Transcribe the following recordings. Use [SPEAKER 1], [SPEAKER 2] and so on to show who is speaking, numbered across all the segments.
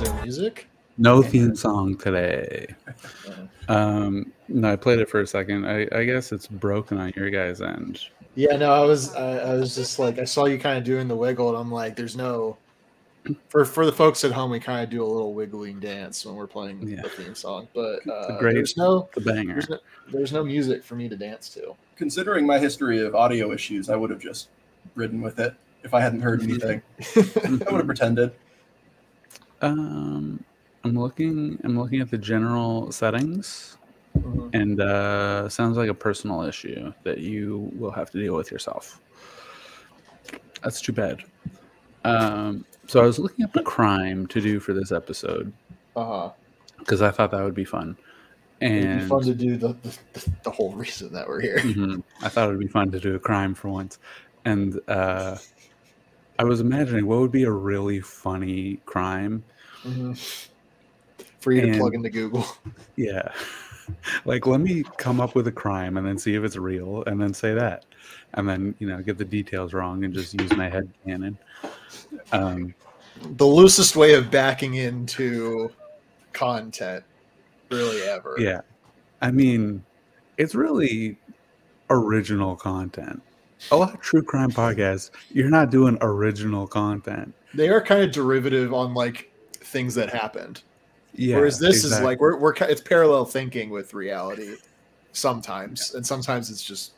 [SPEAKER 1] there music?
[SPEAKER 2] No theme song today. Um, no, I played it for a second. I, I guess it's broken on your guys' end.
[SPEAKER 1] Yeah, no, I was I, I was just like I saw you kind of doing the wiggle, and I'm like, there's no for for the folks at home, we kind of do a little wiggling dance when we're playing
[SPEAKER 2] Yeah.
[SPEAKER 1] the theme song, but uh,
[SPEAKER 2] great-
[SPEAKER 1] there's no
[SPEAKER 2] The banger.
[SPEAKER 1] there's no there's no music for me to dance to.
[SPEAKER 3] Considering my history of audio issues, I would have just ridden with it if I hadn't heard anything. I would have pretended.
[SPEAKER 2] Mm-hmm. Um, I'm looking. I'm looking at the general settings,
[SPEAKER 1] Mhm.
[SPEAKER 2] and uh, sounds like a personal issue that you will have to deal with yourself. That's too bad. Um, so I was looking up a crime to do for this episode
[SPEAKER 1] Uh-huh.
[SPEAKER 2] because I thought that would be fun,
[SPEAKER 1] It'd be
[SPEAKER 2] and
[SPEAKER 1] fun to do the, the the whole reason that we're here.
[SPEAKER 2] Mhm. I thought it would be fun to do a crime for once. And uh, I was imagining what would be a really funny crime.
[SPEAKER 1] Mhm. For you to
[SPEAKER 2] And-
[SPEAKER 1] plug into Google.
[SPEAKER 2] Yeah. like, let me come up with a crime and then see if it's real and then say that. And then, you know, get the details wrong and just use my head cannon. Um,
[SPEAKER 1] The loosest way of backing into content, really ever.
[SPEAKER 2] yeah. I mean, it's really original content. A lot of true crime podcasts, you're not doing original content.
[SPEAKER 1] They are kind of derivative on like things that happened.
[SPEAKER 2] Yeah.
[SPEAKER 1] Whereas this is
[SPEAKER 2] exactly.
[SPEAKER 1] like we're we're ki- it's parallel thinking with reality sometimes, and sometimes it's just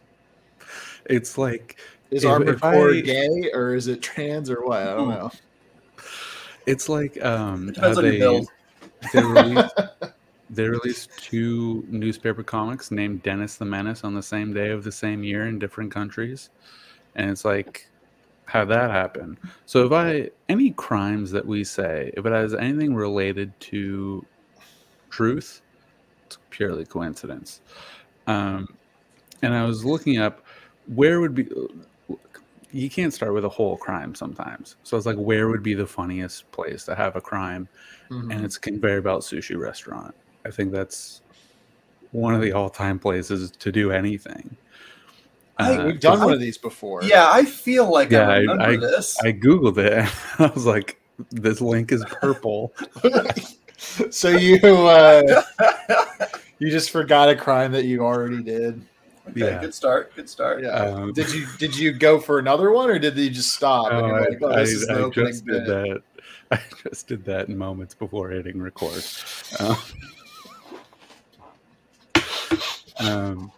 [SPEAKER 2] it's like
[SPEAKER 1] is
[SPEAKER 2] If-
[SPEAKER 1] Armored
[SPEAKER 2] if I- Hmm.
[SPEAKER 1] Core gay or is it trans or what? I don't know.
[SPEAKER 2] It's like um,
[SPEAKER 3] It
[SPEAKER 2] how
[SPEAKER 3] depends on your
[SPEAKER 2] they
[SPEAKER 3] build.
[SPEAKER 2] they released, they released two newspaper comics named Dennis the Menace on the same day of the same year in different countries, and it's like how that happened. So if I any crimes that we say, if it has anything related to truth, it's purely coincidence. Um, and I was looking up where would be. You can't start with a whole crime sometimes. So it's like, where would be the funniest place to have a crime?
[SPEAKER 1] Mhm.
[SPEAKER 2] and it's conveyor belt sushi restaurant. I think that's one of the all time places to do anything.
[SPEAKER 3] I-
[SPEAKER 2] Uh,
[SPEAKER 1] We've done one of these before.
[SPEAKER 3] Yeah, I feel like
[SPEAKER 2] Yeah, I-
[SPEAKER 3] I remember
[SPEAKER 2] I-
[SPEAKER 3] this.
[SPEAKER 2] I googled it. I was like, this link is purple.
[SPEAKER 1] so you uh, you just forgot a crime that you already did.
[SPEAKER 3] okay,
[SPEAKER 2] yeah.
[SPEAKER 3] good start. Good start.
[SPEAKER 1] Yeah.
[SPEAKER 2] Um,
[SPEAKER 1] did you did you go for another one or did you just stop?
[SPEAKER 2] oh,
[SPEAKER 1] and you're
[SPEAKER 2] I,
[SPEAKER 1] like, oh,
[SPEAKER 2] I-
[SPEAKER 1] this is the
[SPEAKER 2] I
[SPEAKER 1] opening
[SPEAKER 2] just did
[SPEAKER 1] bit.
[SPEAKER 2] that. I just did that in moments before hitting record. Um, um,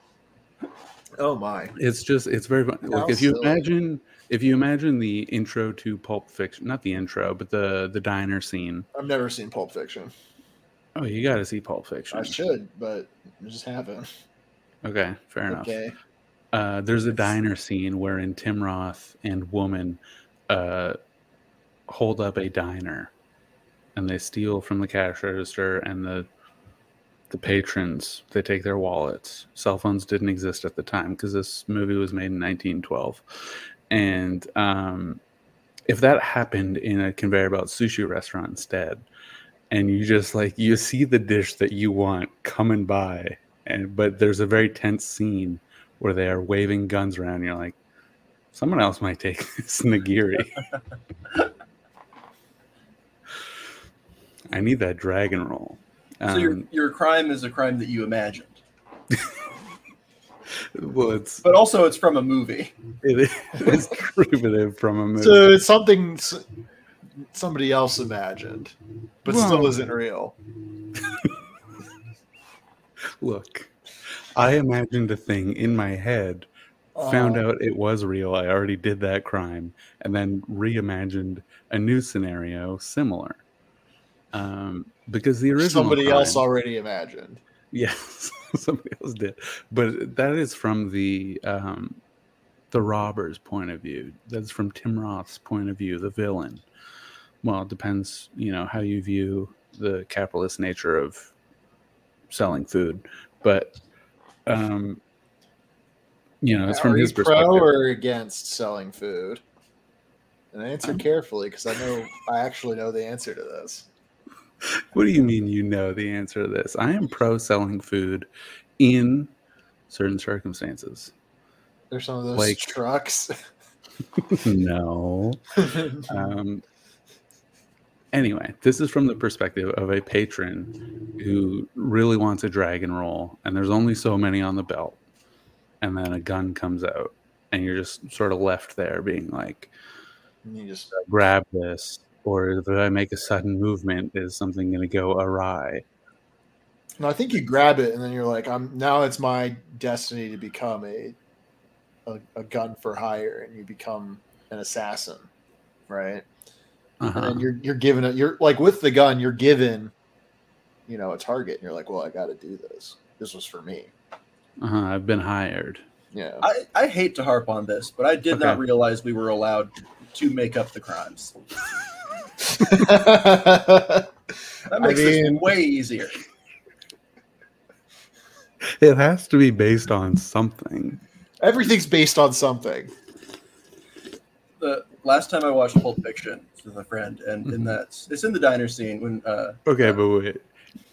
[SPEAKER 1] Oh my.
[SPEAKER 2] It's just it's very fun. Like
[SPEAKER 1] How
[SPEAKER 2] if you
[SPEAKER 1] silly.
[SPEAKER 2] imagine if you imagine the intro to Pulp Fiction, not the intro, but the the diner scene.
[SPEAKER 1] I've never seen Pulp Fiction.
[SPEAKER 2] Oh, you got to see Pulp Fiction.
[SPEAKER 1] I should, but I just haven't.
[SPEAKER 2] Okay, fair enough.
[SPEAKER 1] Okay.
[SPEAKER 2] Uh, there's a diner scene wherein Tim Roth and woman uh, hold up a diner, and they steal from the cash register and the the patrons. They take their wallets. Cell phones didn't exist at the time because this movie was made in 1912, and um, if that happened in a conveyor belt sushi restaurant instead, and you just like you see the dish that you want coming by, and but there's a very tense scene where they are waving guns around. And you're like, someone else might take this nigiri. I need that dragon roll.
[SPEAKER 3] So your
[SPEAKER 2] Um,
[SPEAKER 3] your crime is a crime that you imagined,
[SPEAKER 2] well, it's
[SPEAKER 3] but also it's from a movie.
[SPEAKER 2] it is it's derivative from a movie.
[SPEAKER 1] So it's something s- somebody else imagined, but still
[SPEAKER 2] Well-
[SPEAKER 1] isn't real.
[SPEAKER 2] Look, I imagined a thing in my head, found out it was real. I already did that crime, and then reimagined a new scenario similar. Um, because the original
[SPEAKER 1] somebody else
[SPEAKER 2] crime-
[SPEAKER 1] already imagined.
[SPEAKER 2] Yes, somebody else did. But that is from the um, the robber's point of view. That's from Tim Roth's point of view, the villain. Well, it depends, you know, how you view the capitalist nature of selling food, but um, you know, it's
[SPEAKER 1] Are
[SPEAKER 2] from
[SPEAKER 1] you
[SPEAKER 2] his perspective.
[SPEAKER 1] pro or against selling food? And answer carefully because I know I actually know the answer to this.
[SPEAKER 2] What do you mean you know the answer to this? I am pro selling food in certain circumstances.
[SPEAKER 1] There's some of those
[SPEAKER 2] Like-
[SPEAKER 1] trucks.
[SPEAKER 2] no.
[SPEAKER 1] Mhm.
[SPEAKER 2] um, Anyway, this is from the perspective of a patron who really wants a dragon roll, and there's only so many on the belt, and then a gun comes out, and you're just sort of left there being like,
[SPEAKER 1] And you just
[SPEAKER 2] grab this, or if I make a sudden movement, is something going to go awry?
[SPEAKER 1] no, I think you grab it and then you're like, I'm now it's my destiny to become a a, a gun for hire and you become an assassin, right? and
[SPEAKER 2] Uh-huh.
[SPEAKER 1] then you're you're given it. You're like with the gun, you're given, you know, a target, and you're like, well, I got to do this. This was for me.
[SPEAKER 2] Uh-huh. I've been hired.
[SPEAKER 1] Yeah,
[SPEAKER 3] I, I hate to harp on this, but I did not
[SPEAKER 2] Okay.
[SPEAKER 3] realize we were allowed to make up the crimes. That
[SPEAKER 1] I
[SPEAKER 3] makes
[SPEAKER 1] mean-
[SPEAKER 3] this way easier.
[SPEAKER 2] It has to be based on something.
[SPEAKER 1] everything's based on something.
[SPEAKER 3] The last time I watched Pulp Fiction with a friend, and in
[SPEAKER 2] Mhm.
[SPEAKER 3] that it's in the diner scene when uh,
[SPEAKER 2] Okay, but wait.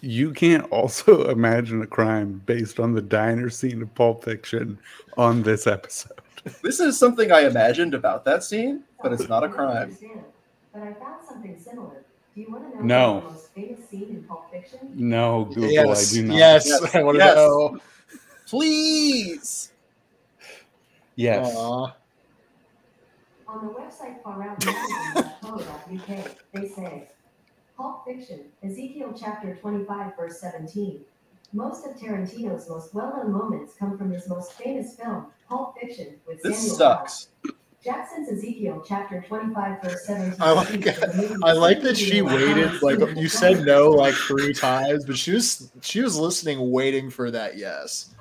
[SPEAKER 2] You can't also imagine a crime based on the diner scene of Pulp Fiction on this episode.
[SPEAKER 3] this is something I imagined about that scene, but it's not a crime.
[SPEAKER 4] But I found something similar. Do you want to
[SPEAKER 2] No.
[SPEAKER 4] know the most famous scene in Pulp Fiction?
[SPEAKER 2] No, Google,
[SPEAKER 1] yes,
[SPEAKER 2] I do not.
[SPEAKER 1] yes,
[SPEAKER 3] Yes,
[SPEAKER 1] I want to
[SPEAKER 3] yes.
[SPEAKER 1] know.
[SPEAKER 3] Please,
[SPEAKER 2] Yes.
[SPEAKER 1] Aw.
[SPEAKER 4] On the website farroutmagazine.co.uk, they say, Pulp Fiction, Ezekiel chapter 25, verse 17. Most of Tarantino's most well-known moments come from his most famous film, Pulp Fiction, with
[SPEAKER 3] this
[SPEAKER 4] Samuel
[SPEAKER 3] sucks.
[SPEAKER 4] L. Jackson's Ezekiel chapter 25, verse 17.
[SPEAKER 1] I like-
[SPEAKER 4] speaks of the movie
[SPEAKER 1] I like that she
[SPEAKER 4] Ezekiel
[SPEAKER 1] waited.
[SPEAKER 4] as
[SPEAKER 1] Like
[SPEAKER 4] the
[SPEAKER 1] you said,
[SPEAKER 4] film.
[SPEAKER 1] no, like three times, but she was she was listening, waiting for that yes.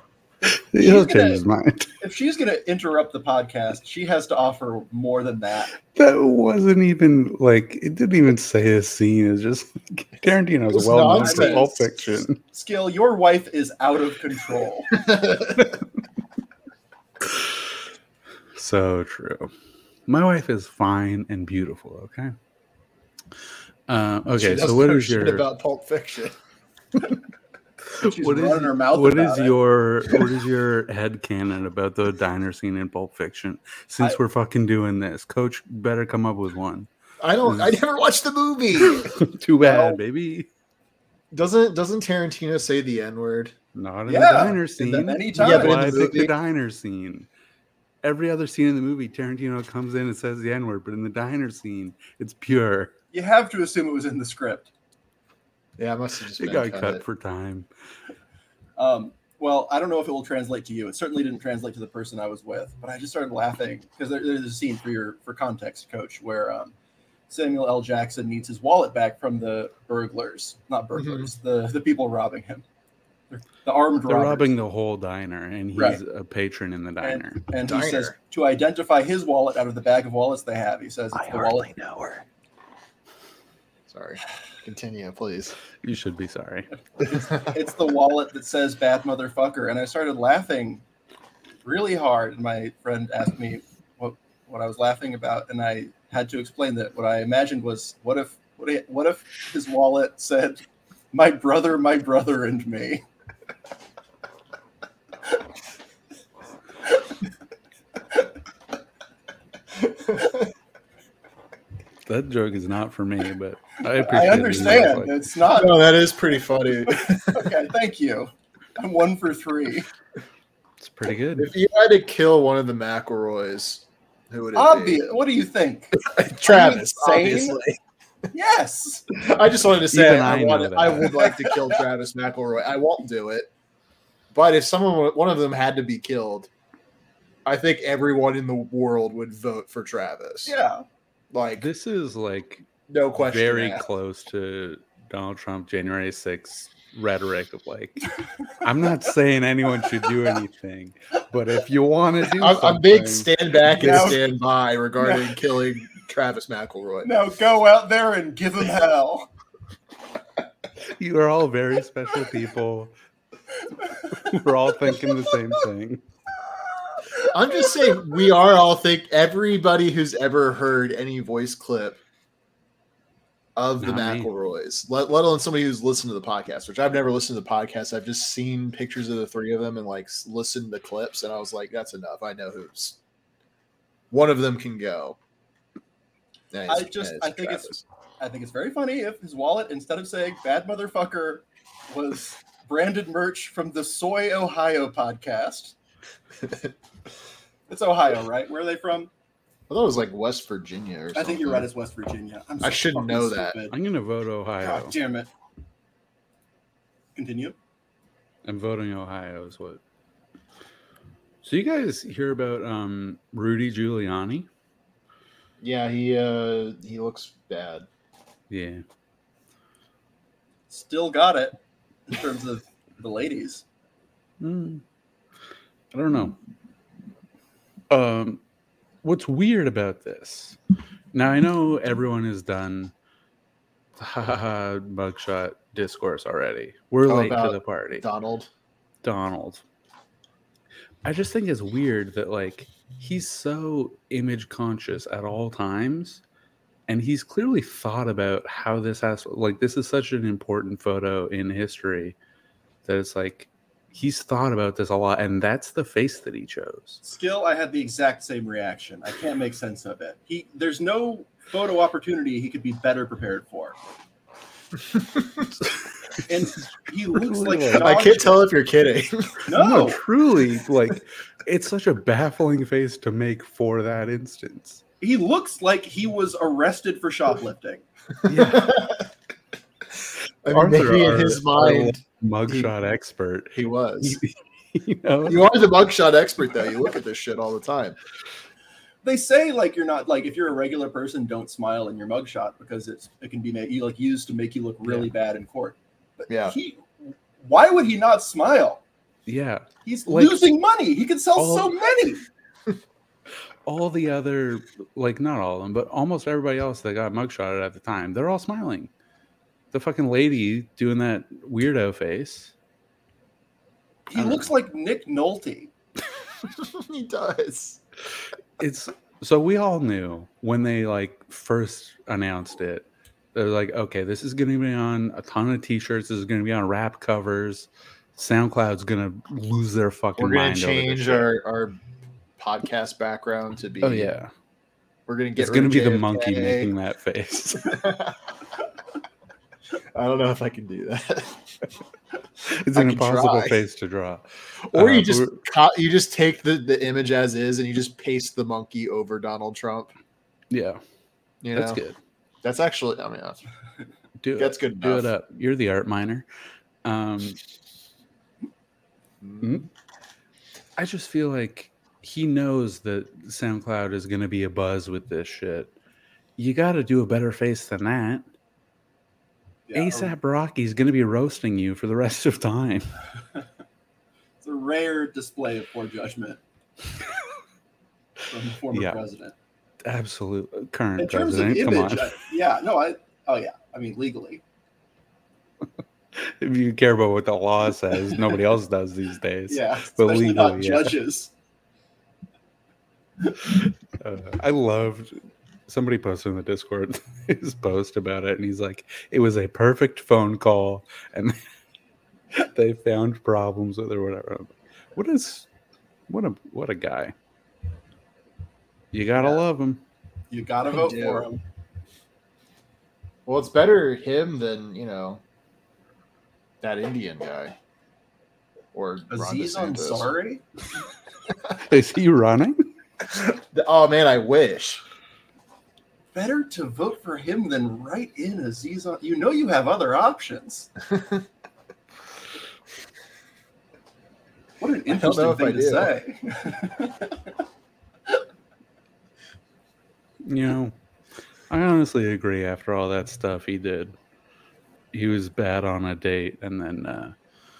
[SPEAKER 2] He'll
[SPEAKER 3] She's gonna-
[SPEAKER 2] change his mind.
[SPEAKER 3] If she's going to interrupt the podcast, she has to offer more than that.
[SPEAKER 2] That wasn't even like it didn't even say a scene. It's just like,
[SPEAKER 1] It
[SPEAKER 2] Tarantino's
[SPEAKER 1] was
[SPEAKER 2] well known for
[SPEAKER 1] nonsense.
[SPEAKER 2] Pulp Fiction.
[SPEAKER 3] Skill, your wife is out of control.
[SPEAKER 2] So true. My wife is fine and beautiful. Okay. Uh, okay.
[SPEAKER 1] She
[SPEAKER 2] So
[SPEAKER 1] doesn't
[SPEAKER 2] what
[SPEAKER 1] know
[SPEAKER 2] is
[SPEAKER 1] shit
[SPEAKER 2] your
[SPEAKER 1] about Pulp Fiction?
[SPEAKER 3] She's
[SPEAKER 2] what is
[SPEAKER 3] running her mouth
[SPEAKER 2] what
[SPEAKER 3] about
[SPEAKER 2] is
[SPEAKER 3] it.
[SPEAKER 2] your what is your head canon about the diner scene in Pulp Fiction? Since
[SPEAKER 3] I-
[SPEAKER 2] we're fucking doing this, Coach better come up with one.
[SPEAKER 1] I don't.
[SPEAKER 2] Mm.
[SPEAKER 1] I never watched the movie.
[SPEAKER 2] Too bad,
[SPEAKER 3] Well-
[SPEAKER 2] baby.
[SPEAKER 1] Doesn't doesn't Tarantino say the N word?
[SPEAKER 2] Not in
[SPEAKER 3] Yeah,
[SPEAKER 2] the diner
[SPEAKER 3] in
[SPEAKER 2] scene.
[SPEAKER 3] the many
[SPEAKER 1] Yeah,
[SPEAKER 3] times.
[SPEAKER 1] but in
[SPEAKER 2] Why
[SPEAKER 1] the
[SPEAKER 2] pick the
[SPEAKER 1] movie-
[SPEAKER 2] diner scene? Every other scene in the movie, Tarantino comes in and says the N word, but in the diner scene, it's pure.
[SPEAKER 3] you have to assume it was in the script.
[SPEAKER 1] Yeah, I must have just
[SPEAKER 2] It
[SPEAKER 1] been
[SPEAKER 2] got
[SPEAKER 1] cut.
[SPEAKER 2] cut for time.
[SPEAKER 3] Um, well, I don't know if it will translate to you. It certainly didn't translate to the person I was with, but I just started laughing because there, there's a scene for your for context, Coach, where um, Samuel L. Jackson needs his wallet back from the burglars, not burglars, the the people robbing him, They're- the armed
[SPEAKER 2] Mm-hmm. They're
[SPEAKER 3] robbers.
[SPEAKER 2] robbing the whole diner, and he's
[SPEAKER 3] Right.
[SPEAKER 2] a patron in the diner.
[SPEAKER 3] And
[SPEAKER 1] Diner.
[SPEAKER 3] he says to identify his wallet out of the bag of wallets they have. He says it's the wallet.
[SPEAKER 2] know her.
[SPEAKER 1] Sorry. Continue, please.
[SPEAKER 2] You should be sorry.
[SPEAKER 3] It's the wallet that says "bad motherfucker," and I started laughing really hard. And my friend asked me what what I was laughing about, and I had to explain that what I imagined was what if what if, what if his wallet said "my brother, my brother, and me."
[SPEAKER 2] That joke is not for me, but I
[SPEAKER 3] I
[SPEAKER 2] appreciate. it.
[SPEAKER 3] understand it's not
[SPEAKER 1] no, that is pretty funny.
[SPEAKER 3] okay. Thank you. I'm one for three.
[SPEAKER 2] It's pretty good.
[SPEAKER 1] If you had to kill one of the McElroys, who would it
[SPEAKER 3] Obvious. What do you think?
[SPEAKER 1] be? Travis,
[SPEAKER 3] Are you insane?
[SPEAKER 1] obviously.
[SPEAKER 3] Yes.
[SPEAKER 1] I just wanted to say
[SPEAKER 2] Even
[SPEAKER 1] I,
[SPEAKER 2] I know
[SPEAKER 1] wanted,
[SPEAKER 2] that.
[SPEAKER 1] I would like to kill Travis McElroy. I won't do it. But if someone, wa- one of them had to be killed, I think everyone in the world would vote for Travis.
[SPEAKER 3] Yeah.
[SPEAKER 1] Like,
[SPEAKER 2] This is like
[SPEAKER 1] no question.
[SPEAKER 2] very
[SPEAKER 1] asked.
[SPEAKER 2] close to Donald Trump January 6th rhetoric of like, I'm not saying anyone should do anything, but if you want to do
[SPEAKER 1] I'm,
[SPEAKER 2] something,
[SPEAKER 1] I'm big stand back and
[SPEAKER 3] Now-
[SPEAKER 1] stand by regarding killing Travis McElroy.
[SPEAKER 3] Now go out there and give him hell.
[SPEAKER 2] you are all very special people. We're all thinking the same thing.
[SPEAKER 1] I'm just saying we are all think everybody who's ever heard any voice clip of the
[SPEAKER 2] Not me.
[SPEAKER 1] McElroys, let, let alone somebody who's listened to the podcast, which I've never listened to the podcast. I've just seen pictures of the three of them and like s- listened to clips, and I was like, that's enough. I know who's one of them can go. That
[SPEAKER 3] I just-
[SPEAKER 1] that
[SPEAKER 3] I think it's- I think it's very funny if his wallet, instead of saying bad motherfucker, was branded merch from the Soy Ohio podcast. it's Ohio, right? Where are they from?
[SPEAKER 1] I thought it was like West Virginia or something.
[SPEAKER 3] I think you're right. It's West Virginia. I'm
[SPEAKER 1] I should
[SPEAKER 3] fucking
[SPEAKER 1] know that.
[SPEAKER 3] stupid.
[SPEAKER 2] I'm gonna vote Ohio.
[SPEAKER 3] God damn it. Continue.
[SPEAKER 2] I'm voting Ohio is what. So you guys hear about um, Rudy Giuliani?
[SPEAKER 1] yeah, he uh he looks bad.
[SPEAKER 2] Yeah,
[SPEAKER 3] Still got it in terms of the ladies.
[SPEAKER 2] Hmm. I don't know. Um, what's weird about this? Now I know everyone has done ha ha ha mugshot discourse already. We're
[SPEAKER 1] Oh,
[SPEAKER 2] late to
[SPEAKER 1] about
[SPEAKER 2] the party.
[SPEAKER 1] Donald.
[SPEAKER 2] Donald. I just think it's weird that like he's so image conscious at all times and he's clearly thought about how this has like this is such an important photo in history that it's like he's thought about this a lot and that's the face that he chose.
[SPEAKER 3] Still, I had the exact same reaction. I can't make sense of it. He there's no photo opportunity he could be better prepared for. and he looks like
[SPEAKER 1] I
[SPEAKER 3] Sean-
[SPEAKER 1] can't tell if you're kidding.
[SPEAKER 3] No,
[SPEAKER 2] truly like it's such a baffling face to make for that instance.
[SPEAKER 3] he looks like he was arrested for shoplifting.
[SPEAKER 2] Yeah,
[SPEAKER 1] I mean,
[SPEAKER 2] Arthur,
[SPEAKER 1] maybe in
[SPEAKER 2] our-
[SPEAKER 1] his
[SPEAKER 2] our
[SPEAKER 1] mind
[SPEAKER 2] mugshot expert.
[SPEAKER 1] he was.
[SPEAKER 2] you know?
[SPEAKER 1] You are the mugshot expert, though. You look at this shit all the time.
[SPEAKER 3] They say like you're not like if you're a regular person, don't smile in your mugshot because it's it can be made you like used to make you look really bad in court. But
[SPEAKER 1] Yeah.
[SPEAKER 3] he, why would he not smile?
[SPEAKER 2] Yeah.
[SPEAKER 3] He's
[SPEAKER 2] Like-
[SPEAKER 3] losing money. He could sell so
[SPEAKER 2] All-
[SPEAKER 3] many.
[SPEAKER 2] all the other like not all of them but almost everybody else that got mugshotted at the time they're all smiling the fucking lady doing that weirdo face
[SPEAKER 3] He
[SPEAKER 2] I don't
[SPEAKER 3] looks like Nick Nolte.
[SPEAKER 1] he does.
[SPEAKER 2] it's so we all knew when they like first announced it they're like okay this is going to be on a ton of t-shirts this is going to be on rap covers soundcloud's going to lose their fucking
[SPEAKER 1] We're gonna
[SPEAKER 2] mind over this
[SPEAKER 1] change
[SPEAKER 2] shit.
[SPEAKER 1] our, our podcast background to be.
[SPEAKER 2] oh yeah
[SPEAKER 1] We're gonna get.
[SPEAKER 2] it's
[SPEAKER 1] rid
[SPEAKER 2] going to
[SPEAKER 1] of
[SPEAKER 2] be the
[SPEAKER 1] JFK.
[SPEAKER 2] monkey making that face
[SPEAKER 1] I don't know if I can do that.
[SPEAKER 2] it's
[SPEAKER 1] I
[SPEAKER 2] an
[SPEAKER 1] could
[SPEAKER 2] impossible
[SPEAKER 1] try.
[SPEAKER 2] face to draw
[SPEAKER 1] Or you
[SPEAKER 2] Uh,
[SPEAKER 1] just
[SPEAKER 2] we're-
[SPEAKER 1] co- you just take the, the image as is and you just paste the monkey over Donald Trump.
[SPEAKER 2] yeah
[SPEAKER 1] You
[SPEAKER 2] that's
[SPEAKER 1] know?
[SPEAKER 2] good
[SPEAKER 1] That's actually. I mean, that's,
[SPEAKER 2] do it
[SPEAKER 1] that's good
[SPEAKER 2] do
[SPEAKER 1] enough.
[SPEAKER 2] it up. You're the art minor. Um, Hmm.
[SPEAKER 1] Mm.
[SPEAKER 2] I just feel like he knows that SoundCloud is going to be a buzz with this shit. You got to do a better face than that.
[SPEAKER 3] Yeah, um
[SPEAKER 2] ASAP Rocky's going to be roasting you for the rest of time.
[SPEAKER 3] It's a rare display of poor judgment from the former
[SPEAKER 2] Yeah.
[SPEAKER 3] president.
[SPEAKER 2] Absolute uh, current
[SPEAKER 3] In terms of
[SPEAKER 2] president. Come
[SPEAKER 3] image,
[SPEAKER 2] on.
[SPEAKER 3] I, yeah, no, I, oh yeah, I mean legally,
[SPEAKER 2] if you care about what the law says, nobody else does these days.
[SPEAKER 3] yeah,
[SPEAKER 2] But
[SPEAKER 3] especially not
[SPEAKER 2] legally, yeah.
[SPEAKER 3] judges.
[SPEAKER 2] Uh, I loved somebody posted in the Discord his post about it, and he's like, "It was a perfect phone call, and they found problems with it or whatever." I'm like, What is what a what a guy? You gotta
[SPEAKER 3] Yeah.
[SPEAKER 2] love him.
[SPEAKER 3] You gotta
[SPEAKER 1] I
[SPEAKER 3] vote
[SPEAKER 1] do.
[SPEAKER 3] for him.
[SPEAKER 1] Well, it's better him than you know that Indian guy or Ron
[SPEAKER 3] Aziz
[SPEAKER 1] DeSantis.
[SPEAKER 3] Ansari.
[SPEAKER 2] Is he running?
[SPEAKER 1] The- Oh man, I wish.
[SPEAKER 3] Better to vote for him than write in Aziz. An- You know you have other options. what an
[SPEAKER 1] I don't know
[SPEAKER 3] interesting
[SPEAKER 1] if I
[SPEAKER 3] thing to
[SPEAKER 1] do.
[SPEAKER 3] say.
[SPEAKER 2] You know, I honestly agree. After all that stuff he did, he was bad on a date, and then uh,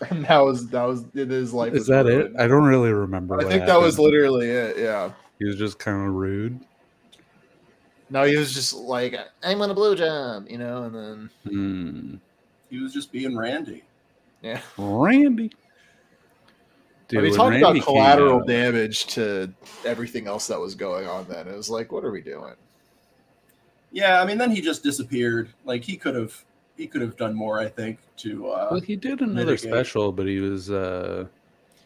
[SPEAKER 1] And that was that was his life.
[SPEAKER 2] is
[SPEAKER 1] was
[SPEAKER 2] that it?
[SPEAKER 1] ruined.
[SPEAKER 2] I don't really remember.
[SPEAKER 1] I
[SPEAKER 2] what
[SPEAKER 1] think that was
[SPEAKER 2] happened.
[SPEAKER 1] literally it. Yeah.
[SPEAKER 2] he was just kind of rude.
[SPEAKER 1] No, he was just like, "I'm on a blowjob," you know, and then
[SPEAKER 2] Hmm.
[SPEAKER 3] He was just being randy.
[SPEAKER 1] yeah.
[SPEAKER 2] Randy.
[SPEAKER 1] I mean,
[SPEAKER 2] when
[SPEAKER 1] talk
[SPEAKER 2] Randy
[SPEAKER 1] about
[SPEAKER 2] came
[SPEAKER 1] collateral
[SPEAKER 2] out-
[SPEAKER 1] damage to everything else that was going on. Then it was like, what are we doing?
[SPEAKER 3] Yeah, I mean, then he just disappeared. Like he could have, he could have done more. I think to uh,
[SPEAKER 2] Well, he did another
[SPEAKER 3] mitigate.
[SPEAKER 2] special, but he was uh,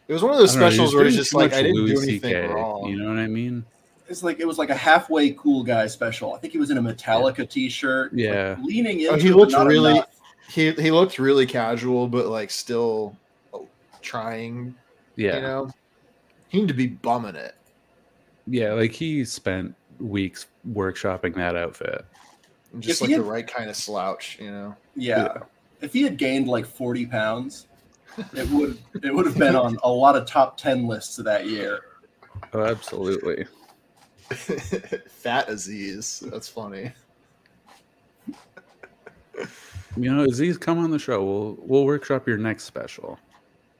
[SPEAKER 1] It was one of those
[SPEAKER 2] I don't know, he
[SPEAKER 1] specials
[SPEAKER 2] was
[SPEAKER 1] where he's
[SPEAKER 2] doing
[SPEAKER 1] just
[SPEAKER 2] too
[SPEAKER 1] like,
[SPEAKER 2] much
[SPEAKER 1] I didn't do
[SPEAKER 2] Louis
[SPEAKER 1] anything
[SPEAKER 2] CK,
[SPEAKER 1] wrong.
[SPEAKER 2] You know what I mean?
[SPEAKER 3] it's like it was like a halfway cool guy special. I think he was in a Metallica T-shirt. like,
[SPEAKER 2] Yeah.
[SPEAKER 3] leaning into.
[SPEAKER 1] Oh,
[SPEAKER 3] it,
[SPEAKER 1] he
[SPEAKER 3] but
[SPEAKER 1] looked
[SPEAKER 3] not
[SPEAKER 1] really
[SPEAKER 3] enough.
[SPEAKER 1] he he looked really casual, but like still trying.
[SPEAKER 2] Yeah.
[SPEAKER 1] You know, he needed to be bumming it.
[SPEAKER 2] Yeah. Like he spent weeks workshopping that outfit.
[SPEAKER 1] And just
[SPEAKER 3] If
[SPEAKER 1] like
[SPEAKER 3] he
[SPEAKER 1] the
[SPEAKER 3] had-
[SPEAKER 1] right kind of slouch, you know.
[SPEAKER 3] Yeah. If he had gained like forty pounds, it would it would have been on a lot of top ten lists of that year.
[SPEAKER 2] Oh, absolutely.
[SPEAKER 1] Fat Aziz. That's funny.
[SPEAKER 2] You know, Aziz, come on the show. We'll we'll workshop your next special.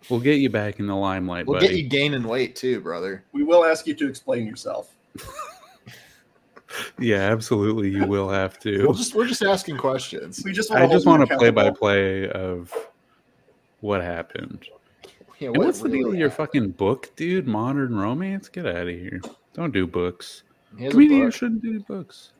[SPEAKER 2] We'll get you back in the limelight,
[SPEAKER 1] We'll
[SPEAKER 2] buddy.
[SPEAKER 1] get you gaining weight too, brother.
[SPEAKER 3] We will ask you to explain yourself.
[SPEAKER 2] Yeah, absolutely. You will have to.
[SPEAKER 1] We'll just we're just asking questions.
[SPEAKER 3] We just want
[SPEAKER 2] I
[SPEAKER 3] to
[SPEAKER 2] just want a play by play of what happened.
[SPEAKER 1] Yeah,
[SPEAKER 2] And
[SPEAKER 1] what
[SPEAKER 2] what's the deal
[SPEAKER 1] really
[SPEAKER 2] with your
[SPEAKER 1] happened?
[SPEAKER 2] fucking book, dude? Modern romance? Get out of here. Don't do books.
[SPEAKER 1] He has a
[SPEAKER 2] Comedians
[SPEAKER 1] book.
[SPEAKER 2] shouldn't do books.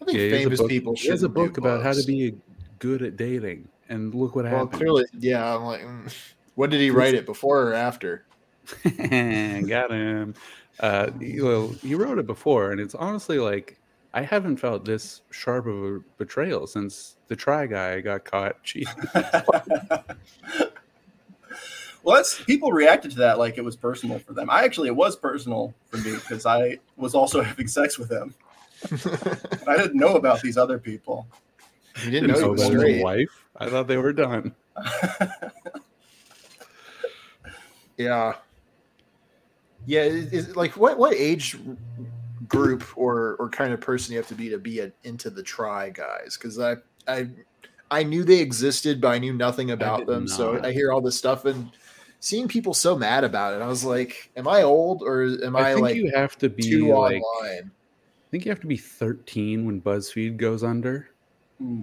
[SPEAKER 1] I think
[SPEAKER 2] Yeah, he has a
[SPEAKER 1] famous
[SPEAKER 2] book-
[SPEAKER 1] people should.
[SPEAKER 2] He has a book about how to be good at dating. And look what
[SPEAKER 1] Well,
[SPEAKER 2] happened.
[SPEAKER 1] clearly, yeah. I'm like, mm. when did he write it? Before or after?
[SPEAKER 2] Got him. Uh, he- well, he wrote it before, and it's honestly like I haven't felt this sharp of a betrayal since the try guy got caught cheating.
[SPEAKER 3] well, that's people reacted to that like it was personal for them. I actually it was personal for me because I was also having sex with him. And I didn't know about these other people.
[SPEAKER 1] You didn't know he
[SPEAKER 2] So
[SPEAKER 1] was
[SPEAKER 2] then the
[SPEAKER 1] straight.
[SPEAKER 2] wife. I thought they were done.
[SPEAKER 1] Yeah. Yeah, is, is like what what age group or or kind of person you have to be to be a, into the try guys because I I I knew they existed but I knew nothing about
[SPEAKER 2] did
[SPEAKER 1] them so
[SPEAKER 2] not.
[SPEAKER 1] I hear all this stuff and seeing people so mad about it I was like am I old or am
[SPEAKER 2] I
[SPEAKER 1] I,
[SPEAKER 2] think
[SPEAKER 1] like
[SPEAKER 2] you have to be
[SPEAKER 1] too
[SPEAKER 2] like
[SPEAKER 1] online
[SPEAKER 2] I think you have to be 13 when BuzzFeed goes under.
[SPEAKER 3] Hmm,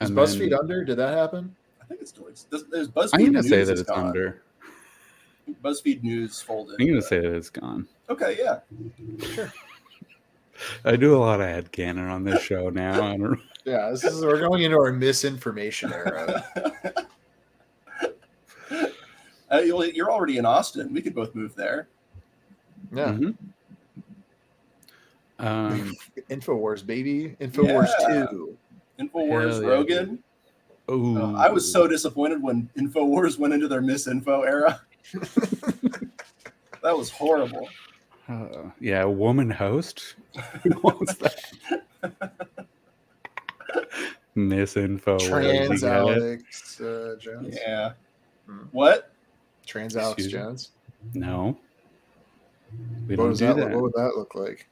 [SPEAKER 1] is
[SPEAKER 2] and
[SPEAKER 1] BuzzFeed
[SPEAKER 2] then-
[SPEAKER 1] under did that happen
[SPEAKER 3] I think it's still exists. There's BuzzFeed.
[SPEAKER 2] I'm gonna
[SPEAKER 3] News
[SPEAKER 2] say that
[SPEAKER 3] is
[SPEAKER 2] it's
[SPEAKER 3] gone.
[SPEAKER 2] under.
[SPEAKER 3] BuzzFeed News folded.
[SPEAKER 2] I'm gonna say that it's gone.
[SPEAKER 3] Okay, yeah.
[SPEAKER 2] I do a lot of ad cannon on this show now. I don't-
[SPEAKER 1] yeah this is we're going into our misinformation era
[SPEAKER 3] Uh, you'll- you're already in Austin. We could both move there.
[SPEAKER 1] yeah
[SPEAKER 2] Mhm. Um,
[SPEAKER 1] Infowars baby Infowars
[SPEAKER 3] Yeah.
[SPEAKER 1] two
[SPEAKER 3] Infowars,
[SPEAKER 2] Hell yeah,
[SPEAKER 3] Rogan.
[SPEAKER 1] Oh,
[SPEAKER 2] ooh.
[SPEAKER 3] Uh, I was so disappointed when Infowars went into their misinfo era. that was horrible.
[SPEAKER 2] Uh, yeah, a woman host. Who wants that? Misinfo. where did you
[SPEAKER 1] trans
[SPEAKER 2] get it?
[SPEAKER 1] Alex uh, Jones
[SPEAKER 3] Yeah.
[SPEAKER 1] Hmm.
[SPEAKER 3] What?
[SPEAKER 1] Trans Alex
[SPEAKER 2] Excuse me?
[SPEAKER 1] Jones.
[SPEAKER 2] No. We
[SPEAKER 1] What
[SPEAKER 2] don't
[SPEAKER 1] does
[SPEAKER 2] do
[SPEAKER 1] that,
[SPEAKER 2] that.
[SPEAKER 1] Look, what would that look like?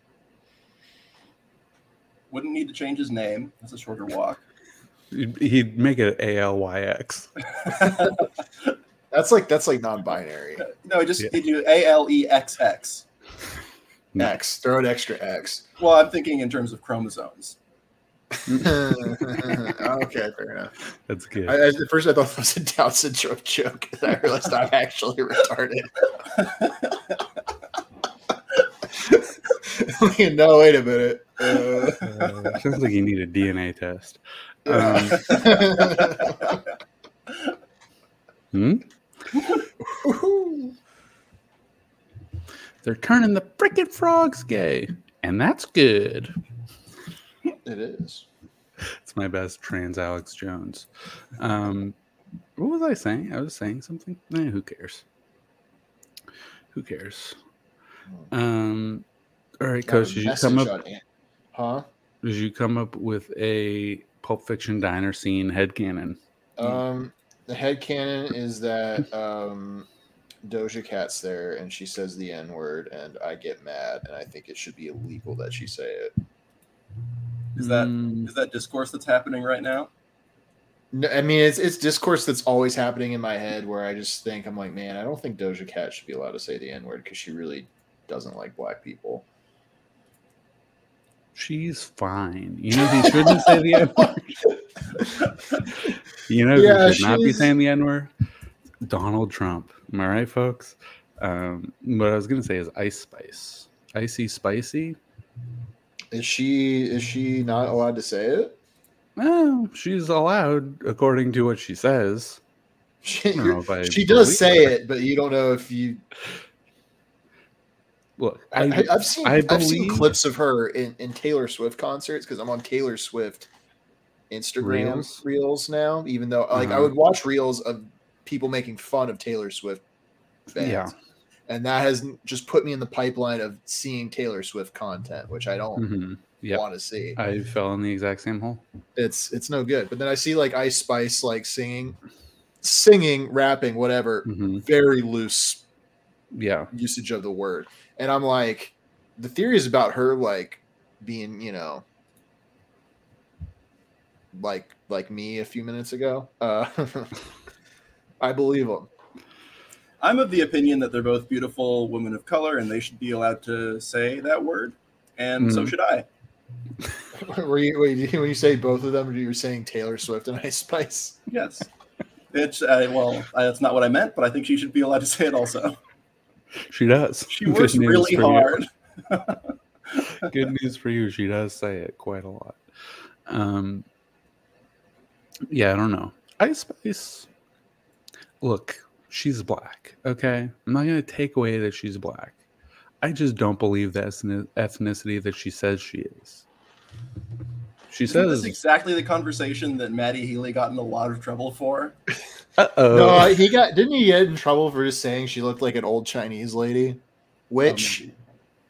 [SPEAKER 3] Wouldn't need to change his name. That's a shorter walk.
[SPEAKER 2] He'd- He'd make it A L Y X.
[SPEAKER 1] That's like that's like non-binary.
[SPEAKER 3] no, just
[SPEAKER 2] Yeah.
[SPEAKER 3] you do A L E X X.
[SPEAKER 1] X. Throw an extra X.
[SPEAKER 3] Well, I'm thinking in terms of chromosomes.
[SPEAKER 1] okay, fair enough.
[SPEAKER 2] That's good.
[SPEAKER 1] I, I- at first, I thought it was a Down syndrome joke, and I realized I'm actually retarded. no, wait a minute. Uh,
[SPEAKER 2] Uh, sounds like you need a DNA test. Um,
[SPEAKER 1] yeah.
[SPEAKER 2] hmm?
[SPEAKER 1] Woohoo.
[SPEAKER 2] They're turning the frickin' frogs gay. And that's good.
[SPEAKER 1] it is.
[SPEAKER 2] It's my best trans Alex Jones. Um, what was I saying? I was saying something. Eh, who cares? Who cares? Um, all right, coach. Did you come
[SPEAKER 1] Message
[SPEAKER 2] up?
[SPEAKER 1] on it. Huh?
[SPEAKER 2] Did you come up with a Pulp Fiction diner scene headcanon?
[SPEAKER 1] Um, the headcanon is that um, Doja Cat's there and she says the N word, and I get mad, and I think it should be illegal that she say it.
[SPEAKER 3] Is that-
[SPEAKER 2] Mm,
[SPEAKER 3] Is that discourse that's happening right now?
[SPEAKER 1] No, I mean, it's it's discourse that's always happening in my head where I just think I'm like, man, I don't think Doja Cat should be allowed to say the N word because she really doesn't like black people.
[SPEAKER 2] she's fine. You know he shouldn't say the N word. you know
[SPEAKER 1] Yeah,
[SPEAKER 2] who should not be
[SPEAKER 1] she's-
[SPEAKER 2] saying the N word? Donald Trump. Am I right, folks? Um, what I was gonna say is Ice Spice. Icy spicy.
[SPEAKER 1] Is she is she not allowed to say it?
[SPEAKER 2] Well, she's allowed according to what she says.
[SPEAKER 1] She,
[SPEAKER 2] I don't know if I
[SPEAKER 1] she does
[SPEAKER 2] believe
[SPEAKER 1] say
[SPEAKER 2] her.
[SPEAKER 1] it, but you don't know if you
[SPEAKER 2] Look,
[SPEAKER 1] I,
[SPEAKER 2] I,
[SPEAKER 1] have seen
[SPEAKER 2] I
[SPEAKER 1] I have seen
[SPEAKER 2] believe-
[SPEAKER 1] clips of her in, in Taylor Swift concerts because I'm on Taylor Swift Instagram
[SPEAKER 2] Reels?
[SPEAKER 1] reels, now. Even though like I
[SPEAKER 2] Uh-huh.
[SPEAKER 1] would watch reels of people making fun of Taylor Swift fans,
[SPEAKER 2] Yeah.
[SPEAKER 1] and that has n- just put me in the pipeline of seeing Taylor Swift content, which I don't
[SPEAKER 2] mhm, yep.
[SPEAKER 1] want to see.
[SPEAKER 2] I fell in the exact same hole.
[SPEAKER 1] It's it's no good. But then I see like Ice Spice like singing, singing, rapping, whatever.
[SPEAKER 2] Mhm,
[SPEAKER 1] Very loose
[SPEAKER 2] Yeah,
[SPEAKER 1] usage of the word. And I'm like, the theory is about her like being, you know, like like me a few minutes ago. Uh, I believe them.
[SPEAKER 3] I'm of the opinion that they're both beautiful women of color and they should be allowed to say that word. And so
[SPEAKER 2] Mhm.
[SPEAKER 3] should I.
[SPEAKER 1] Were you, were you- when you say both of them, you were saying Taylor Swift and Ice Spice.
[SPEAKER 3] Yes. It's, I, well, I, that's not what I meant, but I think she should be allowed to say it also.
[SPEAKER 2] she does.
[SPEAKER 3] She
[SPEAKER 2] Good
[SPEAKER 3] works
[SPEAKER 2] news
[SPEAKER 3] really
[SPEAKER 2] for you.
[SPEAKER 3] hard.
[SPEAKER 2] good news for you she does say it quite a lot um yeah i don't know ice spice look she's black okay i'm not gonna take away that she's black i just don't believe the ethni- ethnicity that she says she is she
[SPEAKER 3] That's
[SPEAKER 2] says
[SPEAKER 3] exactly the conversation that Maddie Healy got in a lot of trouble for.
[SPEAKER 2] uh-oh
[SPEAKER 1] No, he got didn't he get in trouble for just saying she looked like an old Chinese lady?
[SPEAKER 3] Um,
[SPEAKER 1] Which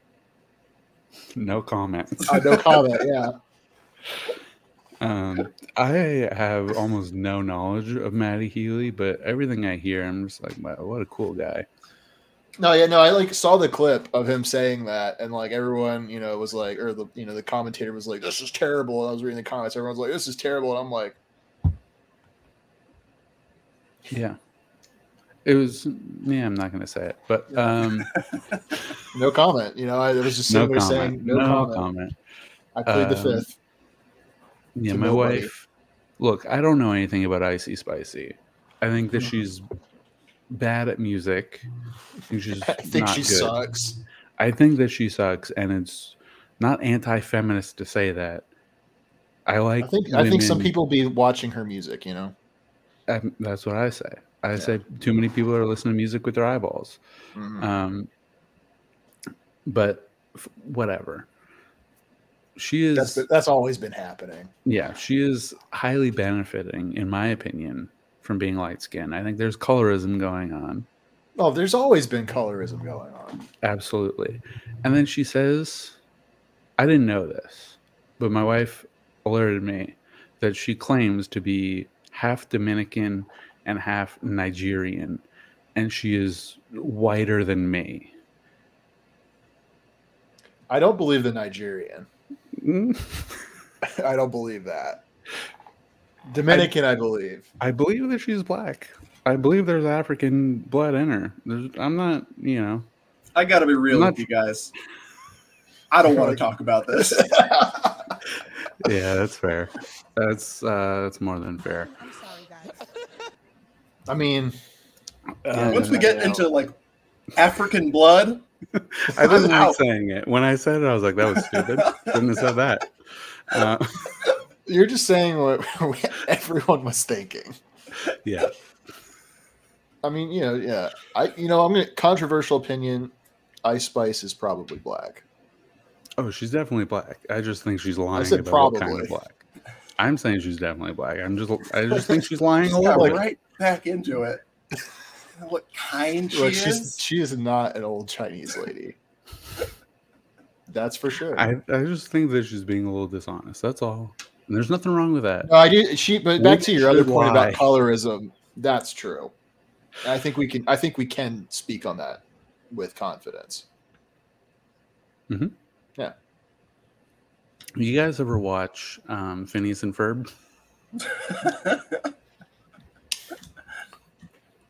[SPEAKER 2] no comment
[SPEAKER 1] uh, no comment. Yeah,
[SPEAKER 2] Um, I have almost no knowledge of Maddie Healy, but everything I hear, I'm just like, wow, what a cool guy.
[SPEAKER 1] No, yeah, no, I like saw the clip of him saying that, and like everyone, you know, was like, or the you know, the commentator was like, This is terrible. And I was reading the comments, everyone's like, This is terrible, and I'm like,
[SPEAKER 2] Yeah. It was, yeah, I'm not going to say it, but um,
[SPEAKER 1] No comment. You know, I it was just
[SPEAKER 2] no
[SPEAKER 1] sitting there
[SPEAKER 2] comment.
[SPEAKER 1] saying
[SPEAKER 2] no
[SPEAKER 1] no, comment.
[SPEAKER 2] comment.
[SPEAKER 1] I plead the
[SPEAKER 2] Um,
[SPEAKER 1] fifth.
[SPEAKER 2] Yeah,
[SPEAKER 1] to
[SPEAKER 2] my
[SPEAKER 1] nobody.
[SPEAKER 2] wife. Look, I don't know anything about Icy Spicy. I think that she's bad at music. I think she's
[SPEAKER 1] I think
[SPEAKER 2] not
[SPEAKER 1] she
[SPEAKER 2] good.
[SPEAKER 1] sucks.
[SPEAKER 2] I think that she sucks, and it's not anti-feminist to say that. I like.
[SPEAKER 1] I think I think some
[SPEAKER 2] women-
[SPEAKER 1] people be watching her music, you know.
[SPEAKER 2] Um, that's what I say. I say too many people are listening to music with their eyeballs.
[SPEAKER 1] Mhm.
[SPEAKER 2] Um, but f- whatever. She is,
[SPEAKER 1] That's that's always been happening.
[SPEAKER 2] yeah, she is highly benefiting, in my opinion, from being light skinned. I think there's colorism going on.
[SPEAKER 1] Oh, there's always been colorism going on.
[SPEAKER 2] Absolutely. And then she says, I didn't know this, but my wife alerted me that she claims to be half Dominican and half Nigerian, and she is whiter than me.
[SPEAKER 1] I don't believe the Nigerian.
[SPEAKER 2] Mm,
[SPEAKER 1] I don't believe that. Dominican, I believe.
[SPEAKER 2] I believe that she's black. I believe there's African blood in her. There's, I'm not, you know,
[SPEAKER 3] I got to be real
[SPEAKER 2] Not-
[SPEAKER 3] with you guys. I don't want to talk about this.
[SPEAKER 2] yeah, that's fair. That's uh, that's more than fair.
[SPEAKER 5] I'm sorry, guys.
[SPEAKER 1] I mean, Yeah,
[SPEAKER 3] Once we
[SPEAKER 1] I
[SPEAKER 3] get
[SPEAKER 1] know.
[SPEAKER 3] into like African blood,
[SPEAKER 2] I didn't
[SPEAKER 3] I'm
[SPEAKER 2] like
[SPEAKER 3] out.
[SPEAKER 2] saying it. When I said it, I was like, that was stupid. Shouldn't have said that. Uh,
[SPEAKER 1] You're just saying what everyone was thinking.
[SPEAKER 2] yeah.
[SPEAKER 1] I mean, you know, yeah. I, you know, I'm gonna controversial opinion. Ice Spice is probably black.
[SPEAKER 2] Oh, she's definitely black. I just think she's lying
[SPEAKER 1] said
[SPEAKER 2] about what kind
[SPEAKER 1] probably.
[SPEAKER 2] of black. I'm saying she's definitely black. I'm just I just think she's lying a
[SPEAKER 3] I got
[SPEAKER 2] little bit.
[SPEAKER 3] right back into it. What kind she
[SPEAKER 1] Like
[SPEAKER 3] is?
[SPEAKER 1] she's she is not an old Chinese lady. That's for sure.
[SPEAKER 2] I, I just think that she's being a little dishonest. That's all. And there's nothing wrong with that.
[SPEAKER 1] no, I do. She, but back
[SPEAKER 2] We
[SPEAKER 1] to your other
[SPEAKER 2] should
[SPEAKER 1] point
[SPEAKER 2] lie.
[SPEAKER 1] about colorism. That's true. And I think we can. I think we can speak on that with confidence.
[SPEAKER 2] You guys ever watch um, Phineas and Ferb?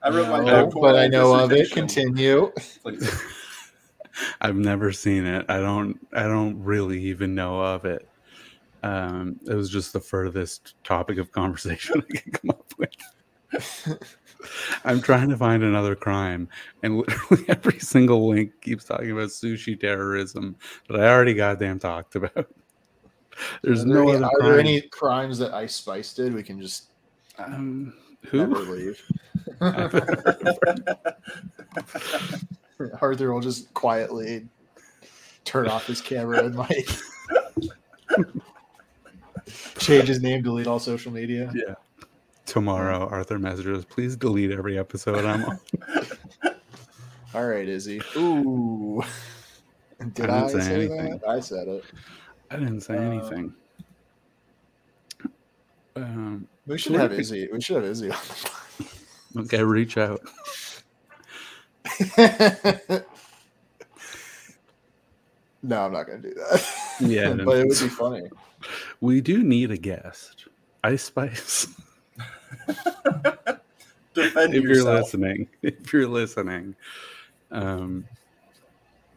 [SPEAKER 3] I wrote my
[SPEAKER 1] No,
[SPEAKER 3] doctoral
[SPEAKER 1] but I know of it.
[SPEAKER 3] dissertation.
[SPEAKER 1] Continue.
[SPEAKER 3] Please.
[SPEAKER 2] I've never seen it. I don't. I don't really even know of it. Um, it was just the furthest topic of conversation I could come up with. I'm trying to find another crime, and literally every single link keeps talking about sushi terrorism that I already goddamn talked about. There's
[SPEAKER 1] Are there
[SPEAKER 2] no
[SPEAKER 1] any-
[SPEAKER 2] other
[SPEAKER 1] are
[SPEAKER 2] crime.
[SPEAKER 1] there any crimes that Ice Spice did? We can just
[SPEAKER 2] um,
[SPEAKER 1] never
[SPEAKER 2] who?
[SPEAKER 1] leave. Arthur will just quietly turn off his camera and like change his name, delete all social media.
[SPEAKER 2] Tomorrow, Arthur messages, please delete every episode I'm on.
[SPEAKER 1] All right, Izzy. Ooh. Did I,
[SPEAKER 2] I didn't
[SPEAKER 1] say,
[SPEAKER 2] say anything.
[SPEAKER 1] that? I said it.
[SPEAKER 2] I didn't say
[SPEAKER 3] Uh,
[SPEAKER 2] anything. Um,
[SPEAKER 1] We should
[SPEAKER 2] What
[SPEAKER 1] have
[SPEAKER 2] if we-
[SPEAKER 1] Izzy. We should have Izzy. on the
[SPEAKER 2] okay, reach out.
[SPEAKER 1] pod. no, I'm not going to do that.
[SPEAKER 2] Yeah, no.
[SPEAKER 1] but it would be funny.
[SPEAKER 2] We do need a guest. Ice Spice,
[SPEAKER 3] Defend
[SPEAKER 2] if you're
[SPEAKER 3] yourself.
[SPEAKER 2] listening, if you're listening, um,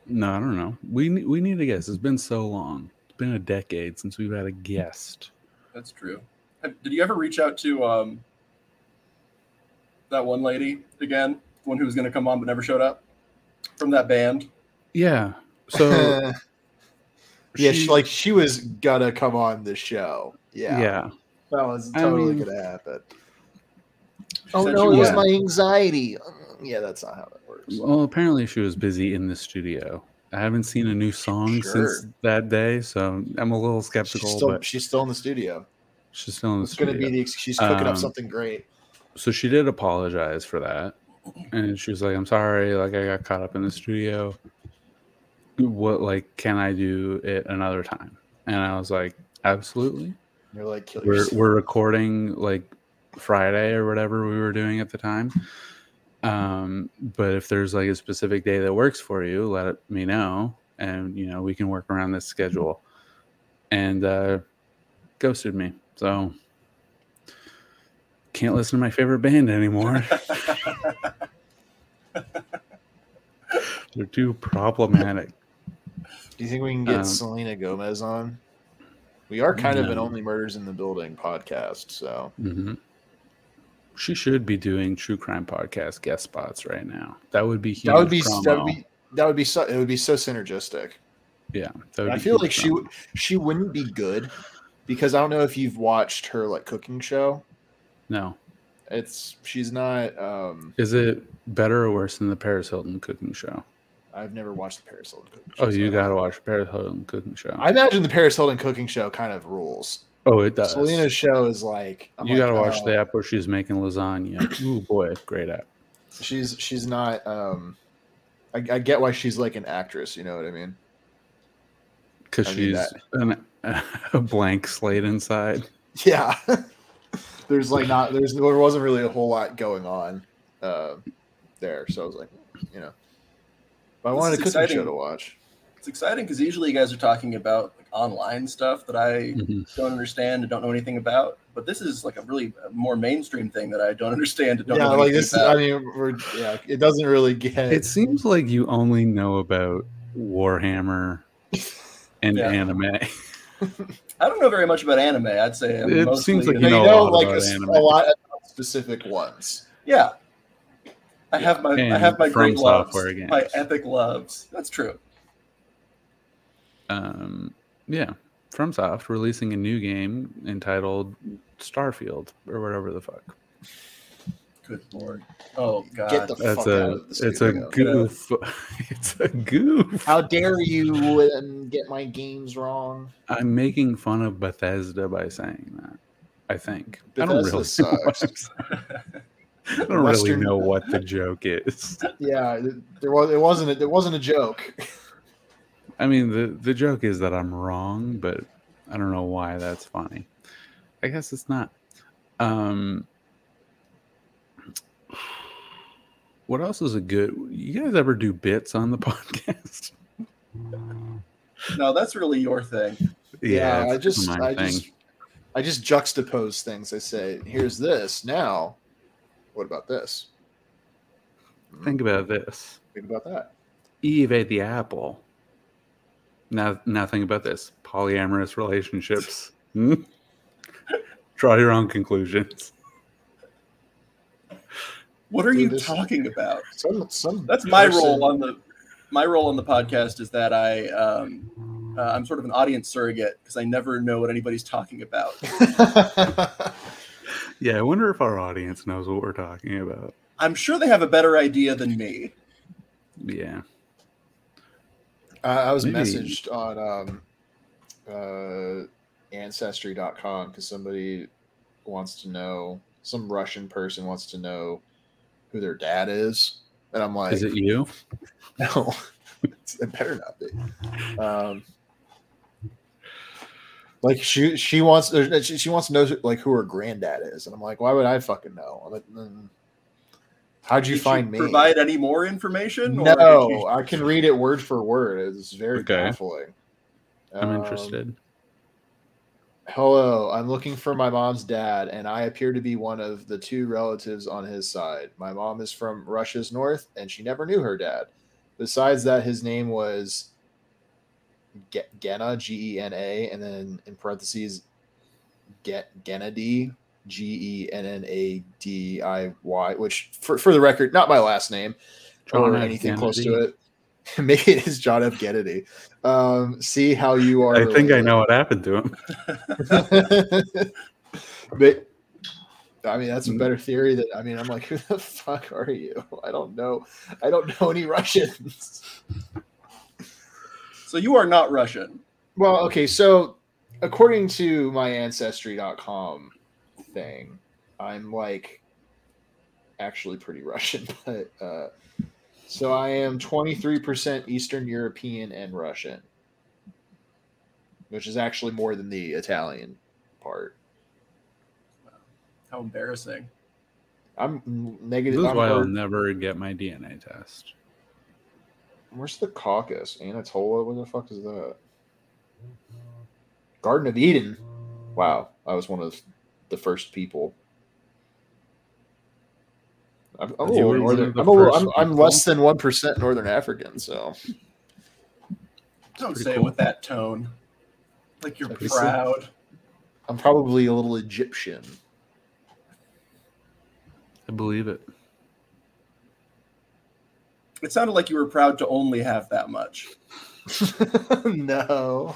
[SPEAKER 2] no, I don't know. We ne- we need a guest. It's been so long. It's been a decade since we've had a guest.
[SPEAKER 3] That's true. Have- Did you ever reach out to um that one lady again, the one who was going to come on but never showed up from that band?
[SPEAKER 2] Yeah. So
[SPEAKER 1] yeah, she, like she was gonna come on the show. Yeah,
[SPEAKER 2] yeah.
[SPEAKER 1] that was
[SPEAKER 2] I
[SPEAKER 1] totally
[SPEAKER 2] mean-
[SPEAKER 1] gonna happen.
[SPEAKER 3] She said she
[SPEAKER 2] Um, oh, it was
[SPEAKER 3] wasn't.
[SPEAKER 2] my
[SPEAKER 1] anxiety. Yeah, that's not how that works.
[SPEAKER 2] Well, apparently she was busy in the studio. I haven't seen a new song since
[SPEAKER 1] Sure.
[SPEAKER 2] that day, so I'm a little skeptical.
[SPEAKER 1] she's still
[SPEAKER 2] but
[SPEAKER 1] she's still in the studio.
[SPEAKER 2] she's still in the
[SPEAKER 1] It's gonna
[SPEAKER 2] studio.
[SPEAKER 1] be the ex- she's cooking
[SPEAKER 2] Um,
[SPEAKER 1] up something great.
[SPEAKER 2] so she did apologize for that and she was like i'm sorry like i got caught up in the studio what like can i do it another time and i was like absolutely
[SPEAKER 1] You're like kill
[SPEAKER 2] we're,
[SPEAKER 1] yourself.
[SPEAKER 2] we're recording like friday or whatever we were doing at the time um but if there's like a specific day that works for you let it- me know and you know we can work around this schedule and uh ghosted me so can't listen to my favorite band anymore they're too problematic
[SPEAKER 1] Do you think we can get
[SPEAKER 2] um,
[SPEAKER 1] Selena Gomez on? We are kind of an
[SPEAKER 2] No.
[SPEAKER 1] only murders in the building podcast, so
[SPEAKER 2] hmm she should be doing true crime podcast guest spots right now that would be huge
[SPEAKER 1] that would be that
[SPEAKER 2] promo.
[SPEAKER 1] would be that would be so it would be so synergistic.
[SPEAKER 2] Yeah, that would
[SPEAKER 1] I
[SPEAKER 2] be
[SPEAKER 1] feel
[SPEAKER 2] huge
[SPEAKER 1] like she
[SPEAKER 2] drama.
[SPEAKER 1] would she wouldn't be good because I don't know if you've watched her like cooking show.
[SPEAKER 2] No,
[SPEAKER 1] It's she's not. um
[SPEAKER 2] is it better or worse than the Paris Hilton cooking show?
[SPEAKER 1] I've never watched the Paris Hilton cooking show.
[SPEAKER 2] Oh, you
[SPEAKER 1] so-
[SPEAKER 2] gotta watch the Paris Hilton cooking show.
[SPEAKER 1] I imagine the Paris Hilton cooking show kind of rules.
[SPEAKER 2] oh, it does.
[SPEAKER 1] Selena's show is like I'm
[SPEAKER 2] you
[SPEAKER 1] like,
[SPEAKER 2] gotta watch
[SPEAKER 1] oh,
[SPEAKER 2] the app where she's making lasagna. Ooh boy, great app.
[SPEAKER 1] She's she's not. um I, I get why she's like an actress. You know what I mean?
[SPEAKER 2] Because
[SPEAKER 1] I need
[SPEAKER 2] she's an, a blank slate inside.
[SPEAKER 1] Yeah. there's like not there's there wasn't really a whole lot going on uh, there, so I was like, you know, but I
[SPEAKER 3] This
[SPEAKER 1] wanted a
[SPEAKER 3] is
[SPEAKER 1] cooking show
[SPEAKER 3] exciting.
[SPEAKER 1] to watch.
[SPEAKER 3] It's exciting because usually you guys are talking about like online stuff that I
[SPEAKER 1] Mm-hmm.
[SPEAKER 2] Mhm.
[SPEAKER 3] don't understand and don't know anything about. But this is like a really uh, more mainstream thing that I don't understand and don't
[SPEAKER 1] yeah,
[SPEAKER 3] know
[SPEAKER 1] like
[SPEAKER 3] anything
[SPEAKER 1] this. I
[SPEAKER 3] about.
[SPEAKER 1] mean, we're yeah, it doesn't really get.
[SPEAKER 2] It seems like you only know about Warhammer and
[SPEAKER 3] Yeah.
[SPEAKER 2] anime.
[SPEAKER 3] I don't know very much about anime. I'd say I'm
[SPEAKER 2] It
[SPEAKER 3] mostly,
[SPEAKER 2] seems like
[SPEAKER 1] you know,
[SPEAKER 2] know
[SPEAKER 1] you
[SPEAKER 2] a
[SPEAKER 1] know
[SPEAKER 2] lot
[SPEAKER 1] like a,
[SPEAKER 2] about
[SPEAKER 1] s- a
[SPEAKER 2] anime.
[SPEAKER 1] lot of specific ones.
[SPEAKER 3] yeah. I have my I
[SPEAKER 2] And
[SPEAKER 3] have my
[SPEAKER 2] From
[SPEAKER 3] great loves,
[SPEAKER 2] Software games.
[SPEAKER 3] my epic loves. That's true.
[SPEAKER 2] um, yeah, FromSoft releasing a new game entitled Starfield or whatever the fuck.
[SPEAKER 3] Good lord. Oh god.
[SPEAKER 1] Get the
[SPEAKER 2] That's
[SPEAKER 1] fuck out
[SPEAKER 2] a
[SPEAKER 1] of the
[SPEAKER 2] it's a
[SPEAKER 1] studio.
[SPEAKER 2] goof. It's a goof.
[SPEAKER 1] How dare you um, get my games wrong?
[SPEAKER 2] I'm making fun of Bethesda by saying that. I think
[SPEAKER 1] Bethesda
[SPEAKER 2] I don't really know what I'm
[SPEAKER 1] sucks.
[SPEAKER 2] saying. I don't
[SPEAKER 1] Western-
[SPEAKER 2] really know what the joke is.
[SPEAKER 1] Yeah, th- there was it wasn't a, there wasn't a joke.
[SPEAKER 2] I mean, the the joke is that I'm wrong, but I don't know why that's funny. I guess it's not. Um, what else is a good? You guys ever do bits on the podcast?
[SPEAKER 3] No, that's really your thing.
[SPEAKER 1] Yeah, I
[SPEAKER 2] it's
[SPEAKER 1] just
[SPEAKER 2] my
[SPEAKER 1] I
[SPEAKER 2] thing.
[SPEAKER 1] just I just juxtapose things. I say, here's this. Now, what about this? Hmm,
[SPEAKER 2] think about this.
[SPEAKER 1] think about that.
[SPEAKER 2] Eve ate the apple. Now, now think about this: polyamorous relationships. Hmm? Draw your own conclusions.
[SPEAKER 3] What are
[SPEAKER 1] Dude,
[SPEAKER 3] you
[SPEAKER 1] this-
[SPEAKER 3] talking about?
[SPEAKER 1] Some some
[SPEAKER 3] That's my
[SPEAKER 1] person-
[SPEAKER 3] role on the my role on the podcast is that I um, uh, I'm sort of an audience surrogate because I never know what anybody's talking about.
[SPEAKER 2] Yeah, I wonder if our audience knows what we're talking about.
[SPEAKER 3] I'm sure they have a better idea than me.
[SPEAKER 2] Yeah,
[SPEAKER 1] Uh, I was
[SPEAKER 2] Maybe.
[SPEAKER 1] messaged on um, uh, ancestry.com because somebody wants to know, some Russian person wants to know who their dad is. And I'm like,
[SPEAKER 2] Is it you?
[SPEAKER 1] no, it better not be. Um, like she she wants uh, she, she wants to know like who her granddad is, and I'm like, why would I fucking know? I'm like, mm. how'd you
[SPEAKER 3] Did
[SPEAKER 1] find me?
[SPEAKER 3] Provide any more information? or did
[SPEAKER 1] No,
[SPEAKER 3] you-
[SPEAKER 1] I can read it word for word. It's very
[SPEAKER 2] Okay.
[SPEAKER 1] baffling.
[SPEAKER 2] I'm
[SPEAKER 1] Um,
[SPEAKER 2] interested.
[SPEAKER 1] Hello, I'm looking for my mom's dad, and I appear to be one of the two relatives on his side. My mom is from Russia's north, and she never knew her dad. Besides that, his name was Ge- Gena, G E N A, and then in parentheses, Get Gennady, G E N N A D I Y, which, for, for the record, not my last name or
[SPEAKER 2] F.
[SPEAKER 1] anything close to
[SPEAKER 2] Kennedy.
[SPEAKER 1] it. Maybe it is John F. Kennedy. Um, see how you are.
[SPEAKER 2] I think I know what happened to him.
[SPEAKER 1] related. but I mean,
[SPEAKER 2] Hmm.
[SPEAKER 1] that's a better theory. That I mean, I'm like, who the fuck are you? I don't know. I don't know any Russians.
[SPEAKER 3] So you are not Russian.
[SPEAKER 1] Well, okay, so according to my ancestry.com thing, I'm like actually pretty Russian, but uh so I am 23% Eastern European and Russian, which is actually more than the Italian part.
[SPEAKER 3] How embarrassing.
[SPEAKER 1] I'm
[SPEAKER 2] This
[SPEAKER 1] negative.
[SPEAKER 2] is
[SPEAKER 1] I'm
[SPEAKER 2] why I'll
[SPEAKER 1] or-
[SPEAKER 2] never get my DNA test.
[SPEAKER 1] where's the Caucasus? Anatolia? What the fuck is that? Garden of Eden. Wow, I was one of the first people. I'm, I'm a
[SPEAKER 2] You
[SPEAKER 1] little
[SPEAKER 2] were one
[SPEAKER 1] northern.
[SPEAKER 2] of the
[SPEAKER 1] I'm, a little,
[SPEAKER 2] first
[SPEAKER 1] I'm, I'm
[SPEAKER 2] people?
[SPEAKER 1] less than one percent Northern African, so
[SPEAKER 3] Don't
[SPEAKER 2] pretty
[SPEAKER 3] say it
[SPEAKER 2] cool.
[SPEAKER 3] with that tone. Like you're
[SPEAKER 1] That'd be so-
[SPEAKER 3] proud.
[SPEAKER 1] I'm probably a little Egyptian.
[SPEAKER 2] I believe it.
[SPEAKER 3] It sounded like you were proud to only have that much.
[SPEAKER 1] no,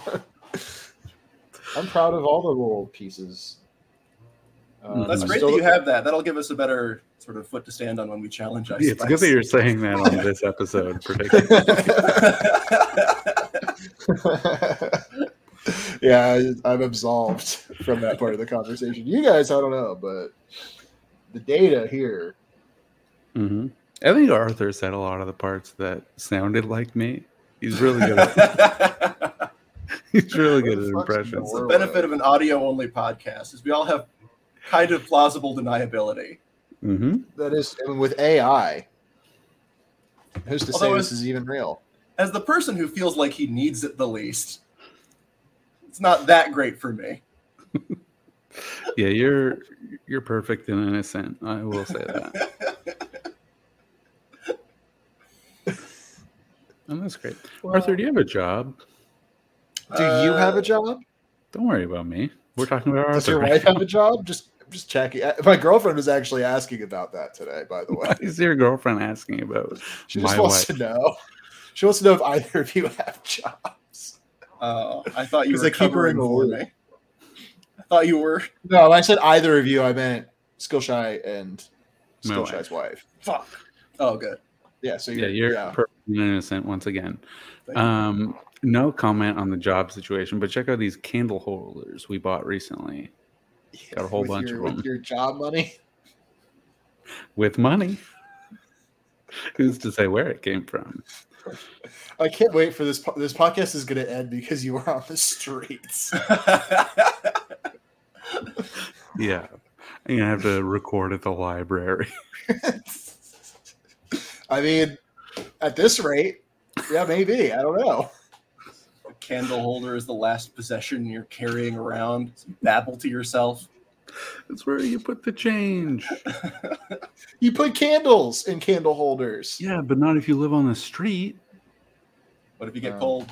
[SPEAKER 1] I'm proud of all the little pieces. Um,
[SPEAKER 3] That's
[SPEAKER 1] I'm
[SPEAKER 3] great
[SPEAKER 1] still-
[SPEAKER 3] that you have that. That'll give us a better sort of foot to stand on when we challenge us.
[SPEAKER 2] It's good that you're saying that on this episode, particularly.
[SPEAKER 1] yeah, I, I'm absolved from that part of the conversation. You guys, I don't know, but the data here.
[SPEAKER 2] hmm I think Arthur said a lot of the parts that sounded like me. He's really good. At,
[SPEAKER 3] the
[SPEAKER 2] he's really good
[SPEAKER 1] Where
[SPEAKER 2] at
[SPEAKER 1] the fuck's
[SPEAKER 2] impressions.
[SPEAKER 1] Nora?
[SPEAKER 3] benefit of an audio only podcast is we all have kind of plausible deniability.
[SPEAKER 2] hmm
[SPEAKER 1] That is, I mean, with AI, who's to say
[SPEAKER 3] Although
[SPEAKER 1] this
[SPEAKER 3] it's-
[SPEAKER 1] is even real?
[SPEAKER 3] As the person who feels like he needs it the least, it's not that great for me.
[SPEAKER 2] Yeah, you're you're perfect and innocent. I will say that. and Oh, that's great. Arthur, do you have a job?
[SPEAKER 1] Do you have a job?
[SPEAKER 2] Don't worry about me. We're talking about
[SPEAKER 1] Does
[SPEAKER 2] Arthur.
[SPEAKER 1] your
[SPEAKER 2] right
[SPEAKER 1] wife
[SPEAKER 2] now.
[SPEAKER 1] have a job? Just, just checking. Uh, My girlfriend was actually asking about that today. By the way,
[SPEAKER 2] Why is your girlfriend asking about?
[SPEAKER 1] she just
[SPEAKER 2] My
[SPEAKER 1] wants to know. She wants to know if either of you have jobs.
[SPEAKER 3] Oh, I thought you
[SPEAKER 1] 'Cause
[SPEAKER 3] were
[SPEAKER 1] I keep her in
[SPEAKER 3] covering
[SPEAKER 1] the
[SPEAKER 3] for
[SPEAKER 1] loop.
[SPEAKER 3] me. I thought you were.
[SPEAKER 1] No, when I said either of you, I meant Skillshy and
[SPEAKER 2] My
[SPEAKER 1] Skillshy's wife.
[SPEAKER 3] Fuck. Oh, good.
[SPEAKER 1] Yeah, so
[SPEAKER 2] Yeah,
[SPEAKER 1] you're,
[SPEAKER 2] you're
[SPEAKER 1] yeah.
[SPEAKER 2] perfect and innocent once again.
[SPEAKER 3] Thank you.
[SPEAKER 2] Um, no comment on the job situation, but check out these candle holders we bought recently Got a whole
[SPEAKER 1] With
[SPEAKER 2] bunch
[SPEAKER 1] your,
[SPEAKER 2] of
[SPEAKER 1] with
[SPEAKER 2] them.
[SPEAKER 1] Your job money.
[SPEAKER 2] with money. Who's to say where it came from?
[SPEAKER 1] I can't wait for this. po- This podcast is going to end because you are on the streets.
[SPEAKER 2] Yeah, you have to record at the library.
[SPEAKER 1] I mean, at this rate, yeah, maybe. I don't know.
[SPEAKER 3] A candle holder is the last possession you're carrying around. You babble to yourself.
[SPEAKER 2] That's where you put the change.
[SPEAKER 1] You put candles in candle holders.
[SPEAKER 2] Yeah, but not if you live on the street.
[SPEAKER 3] What if you
[SPEAKER 2] Oh,
[SPEAKER 3] get
[SPEAKER 1] Um,
[SPEAKER 3] cold?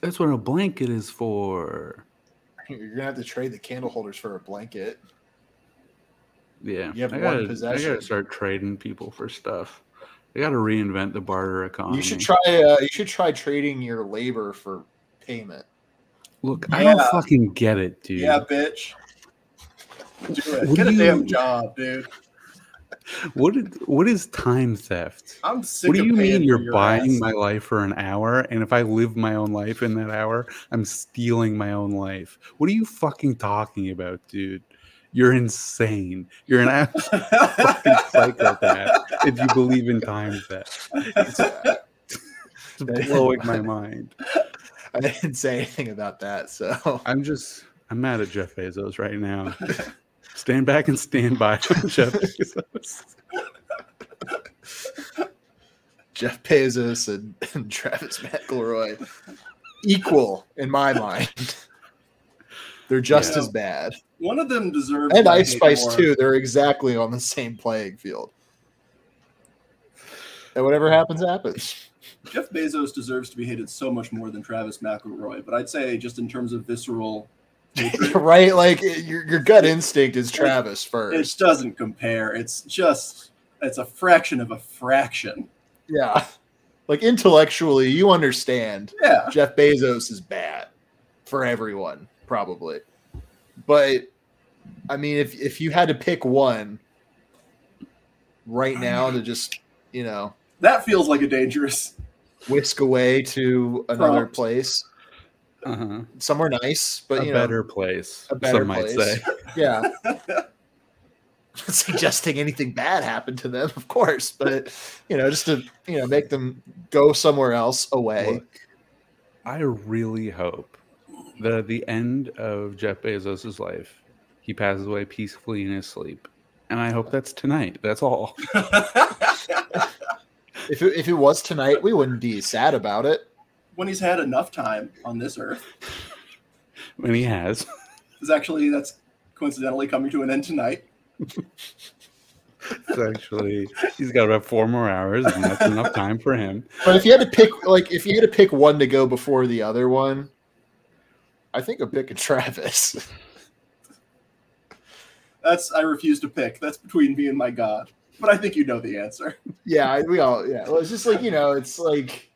[SPEAKER 2] That's what a blanket is for.
[SPEAKER 1] You're gonna have to trade the candle holders for a blanket.
[SPEAKER 2] Yeah,
[SPEAKER 1] You have
[SPEAKER 2] I
[SPEAKER 1] one
[SPEAKER 2] gotta, I
[SPEAKER 1] possession.
[SPEAKER 2] gotta start trading people for stuff. I gotta reinvent the barter economy.
[SPEAKER 1] You should try. Uh, you should try trading your labor for payment.
[SPEAKER 2] Look, I don't
[SPEAKER 3] Yeah.
[SPEAKER 2] fucking get it, dude.
[SPEAKER 3] Yeah, bitch. Do it.
[SPEAKER 2] What
[SPEAKER 3] get
[SPEAKER 2] do
[SPEAKER 3] a damn
[SPEAKER 2] you-
[SPEAKER 3] job, dude.
[SPEAKER 2] What did, what is time theft?
[SPEAKER 3] I'm sick.
[SPEAKER 2] What do
[SPEAKER 3] of
[SPEAKER 2] you
[SPEAKER 3] paying
[SPEAKER 2] mean
[SPEAKER 3] for
[SPEAKER 2] you're
[SPEAKER 3] your
[SPEAKER 2] buying
[SPEAKER 3] ass.
[SPEAKER 2] my life for an hour? And if I live my own life in that hour, I'm stealing my own life. What are you fucking talking about, dude? You're insane. You're an absolute fucking psychopath if you believe in time theft. It's, it's blowing my mind.
[SPEAKER 1] I didn't say anything about that. So
[SPEAKER 2] I'm just, I'm mad at Jeff Bezos right now. Stand back and stand by, Jeff Bezos.
[SPEAKER 1] Jeff Bezos and, and Travis McElroy equal in my mind. They're just
[SPEAKER 3] Yeah.
[SPEAKER 1] as bad.
[SPEAKER 3] One of them deserves
[SPEAKER 1] And
[SPEAKER 3] my
[SPEAKER 1] Ice
[SPEAKER 3] hate
[SPEAKER 1] Spice
[SPEAKER 3] more.
[SPEAKER 1] too. They're exactly on the same playing field. And whatever happens, happens.
[SPEAKER 3] Jeff Bezos deserves to be hated so much more than Travis McElroy, but I'd say just in terms of visceral hatred,
[SPEAKER 1] right? Like your, your gut instinct is Travis
[SPEAKER 3] it
[SPEAKER 1] first.
[SPEAKER 3] doesn't compare. It's just it's a fraction of a fraction.
[SPEAKER 1] Yeah. Like intellectually, you understand
[SPEAKER 3] Yeah.
[SPEAKER 1] Jeff Bezos is bad for everyone, probably. But I mean, if if you had to pick one right now to just you know
[SPEAKER 3] That feels like a dangerous
[SPEAKER 1] whisk away to another
[SPEAKER 3] Prompt.
[SPEAKER 1] place,
[SPEAKER 2] Uh-huh.
[SPEAKER 1] somewhere nice, but
[SPEAKER 2] A
[SPEAKER 1] you know,
[SPEAKER 2] better place,
[SPEAKER 1] a better
[SPEAKER 2] some might
[SPEAKER 1] place.
[SPEAKER 2] say.
[SPEAKER 1] yeah. Suggesting anything bad happened to them, of course, but you know, just to you know make them go somewhere else away.
[SPEAKER 2] Look, I really hope that at the end of Jeff Bezos' life, he passes away peacefully in his sleep. And I hope that's tonight. That's all.
[SPEAKER 1] If it, if it was tonight, we wouldn't be sad about it.
[SPEAKER 3] when he's had enough time on this earth.
[SPEAKER 2] And he has.
[SPEAKER 3] Is actually that's coincidentally coming to an end tonight.
[SPEAKER 2] It's actually, he's got about four more hours, and that's enough time for him.
[SPEAKER 1] But if you had to pick, like, if you had to pick one to go before the other one, I think I'm picking Travis.
[SPEAKER 3] That's I refuse to pick. That's between me and my God. But I think you know the answer.
[SPEAKER 1] yeah, I- we all. Yeah, well, it's just like you know, it's like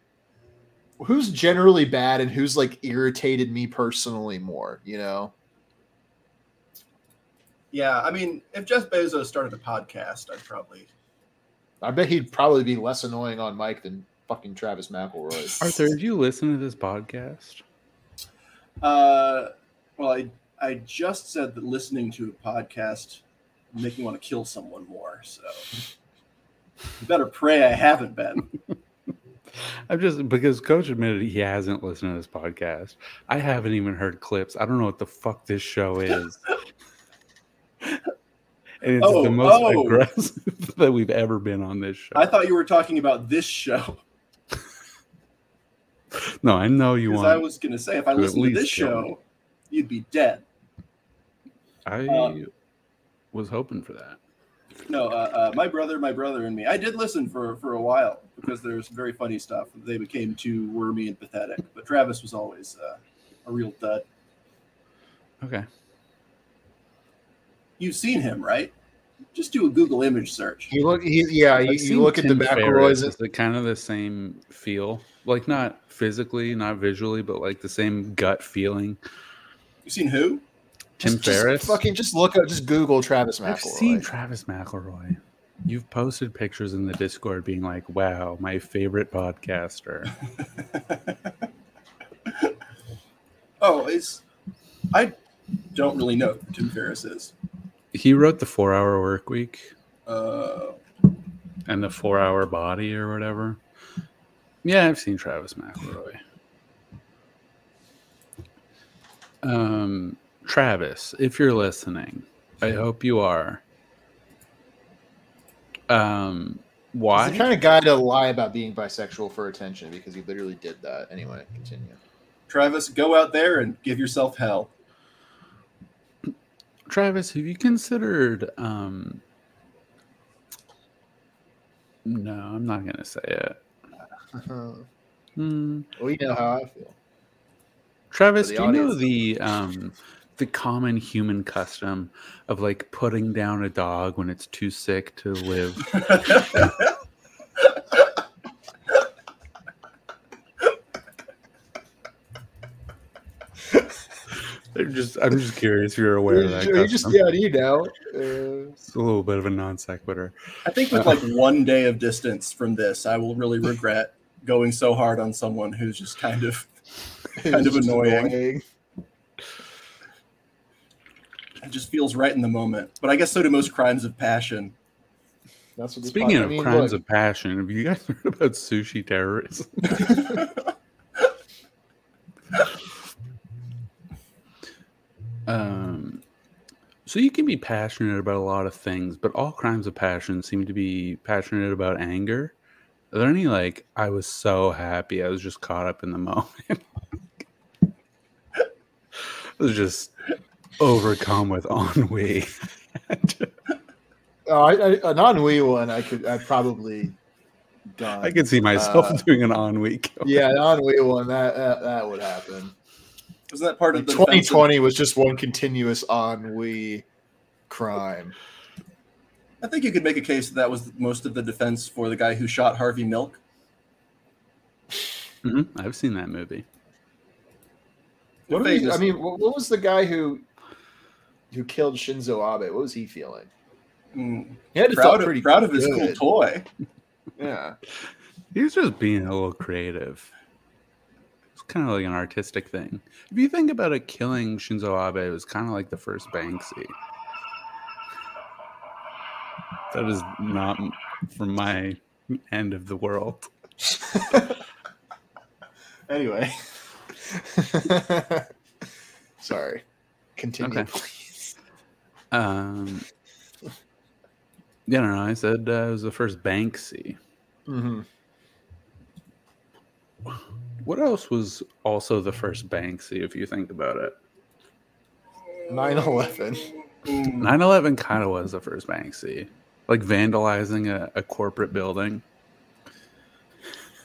[SPEAKER 1] who's generally bad and who's like irritated me personally more. You know,
[SPEAKER 3] Yeah, I mean, if Jeff Bezos started a podcast, I'd probably
[SPEAKER 1] I bet he'd probably be less annoying on Mike than fucking Travis McElroy.
[SPEAKER 2] Arthur, did you listen to this podcast?
[SPEAKER 3] Uh, well, I I just said that listening to a podcast would make me want to kill someone more. So you better pray I haven't been.
[SPEAKER 2] I'm just because Coach admitted he hasn't listened to this podcast. I haven't even heard clips. I don't know what the fuck this show is. and it's
[SPEAKER 3] Oh,
[SPEAKER 2] the most
[SPEAKER 3] oh.
[SPEAKER 2] aggressive that we've ever been on this show.
[SPEAKER 3] I thought you were talking about this show
[SPEAKER 2] no, I know you
[SPEAKER 3] because
[SPEAKER 2] want.
[SPEAKER 3] I was going to say if I
[SPEAKER 2] to at
[SPEAKER 3] listened to
[SPEAKER 2] least
[SPEAKER 3] this
[SPEAKER 2] kill
[SPEAKER 3] show,
[SPEAKER 2] me.
[SPEAKER 3] you'd be dead.
[SPEAKER 2] I
[SPEAKER 3] uh,
[SPEAKER 2] was hoping for that.
[SPEAKER 3] No, uh, uh, my brother, my brother, and me. I did listen for for a while because there's very funny stuff. They became too wormy and pathetic, but Travis was always uh, a real dud.
[SPEAKER 2] Okay,
[SPEAKER 3] You've seen him, right? Just do a Google image search.
[SPEAKER 1] You look, he, yeah. You,
[SPEAKER 2] I've seen
[SPEAKER 1] you look at the
[SPEAKER 2] Tim Ferriss.
[SPEAKER 1] McElroys.
[SPEAKER 2] Is it kind of the same feel? Like not physically, not visually, but like the same gut feeling.
[SPEAKER 3] You've seen who?
[SPEAKER 2] Tim
[SPEAKER 1] just, just
[SPEAKER 2] Ferriss.
[SPEAKER 1] Fucking just look up, just Google Travis McElroy.
[SPEAKER 2] I've seen Travis McElroy. You've posted pictures in the Discord being like, "Wow, my favorite podcaster."
[SPEAKER 3] Oh, it's I don't really know who Tim Ferriss is.
[SPEAKER 2] he wrote the Four Hour Work Week
[SPEAKER 3] Uh,
[SPEAKER 2] and the Four Hour Body or whatever. Yeah, I've seen Travis McElroy. Um, Travis, if you're listening, I hope you are. Um,
[SPEAKER 1] He's
[SPEAKER 2] why?
[SPEAKER 1] the kind of guy to lie about being bisexual for attention because he literally did that. Anyway, continue.
[SPEAKER 3] Travis, go out there and give yourself hell.
[SPEAKER 2] Travis, have you considered? Um, no, I'm not gonna say it. Hmm.
[SPEAKER 1] we Oh, know how I feel.
[SPEAKER 2] Travis,
[SPEAKER 1] the
[SPEAKER 2] do you know
[SPEAKER 1] audience.
[SPEAKER 2] the um, the common human custom of like putting down a dog when it's too sick to live? They're just I'm just curious if you're aware of that.
[SPEAKER 1] You just
[SPEAKER 2] custom.
[SPEAKER 1] yeah, do you know? Uh,
[SPEAKER 2] It's a little bit of a non sequitur.
[SPEAKER 3] I think with like one day of distance from this, I will really regret going so hard on someone who's just kind of Kind of
[SPEAKER 1] it's just
[SPEAKER 3] annoying. it just feels right in the moment. But I guess so do most crimes of passion.
[SPEAKER 1] That's what this
[SPEAKER 2] Speaking
[SPEAKER 1] pod-
[SPEAKER 2] of
[SPEAKER 1] I mean,
[SPEAKER 2] crimes
[SPEAKER 1] look,
[SPEAKER 2] of passion, have you guys heard about sushi terrorism? um, so you can be passionate about a lot of things, but all crimes of passion seem to be passionate about anger. Are there any like I was so happy I was just caught up in the moment? I was just overcome with ennui.
[SPEAKER 1] oh, I, I, an ennui one, I could, I probably done.
[SPEAKER 2] I could see myself
[SPEAKER 1] Uh,
[SPEAKER 2] doing an ennui. kill.
[SPEAKER 1] yeah, an ennui one that that, that would happen.
[SPEAKER 3] Isn't that part of the defense of-
[SPEAKER 1] 2020 was just one continuous ennui crime.
[SPEAKER 3] I think you could make a case that that was most of the defense for the guy who shot Harvey Milk.
[SPEAKER 2] Mhm, I've seen that movie.
[SPEAKER 1] What do we, I
[SPEAKER 3] Famous-
[SPEAKER 1] mean, what, what was the guy who who killed Shinzo Abe? What was he feeling?
[SPEAKER 3] mm,
[SPEAKER 1] He had to feel
[SPEAKER 3] proud
[SPEAKER 1] pretty
[SPEAKER 3] of, proud of his cool
[SPEAKER 1] good.
[SPEAKER 3] toy.
[SPEAKER 1] Yeah,
[SPEAKER 2] He's just being a little creative. It's kind of like an artistic thing. If you think about it, killing Shinzo Abe was kind of like the first Banksy. That is not m- from my end of the world.
[SPEAKER 1] anyway. Sorry. Continue,
[SPEAKER 2] Okay.
[SPEAKER 1] please.
[SPEAKER 2] Um, yeah, no, no, I said uh, it was the first Banksy.
[SPEAKER 1] Mm-hmm.
[SPEAKER 2] What else was also the first Banksy, if you think about it?
[SPEAKER 1] 9-11.
[SPEAKER 3] Mm,
[SPEAKER 2] 9 11 kind of was the first Banksy, like vandalizing a, a corporate building.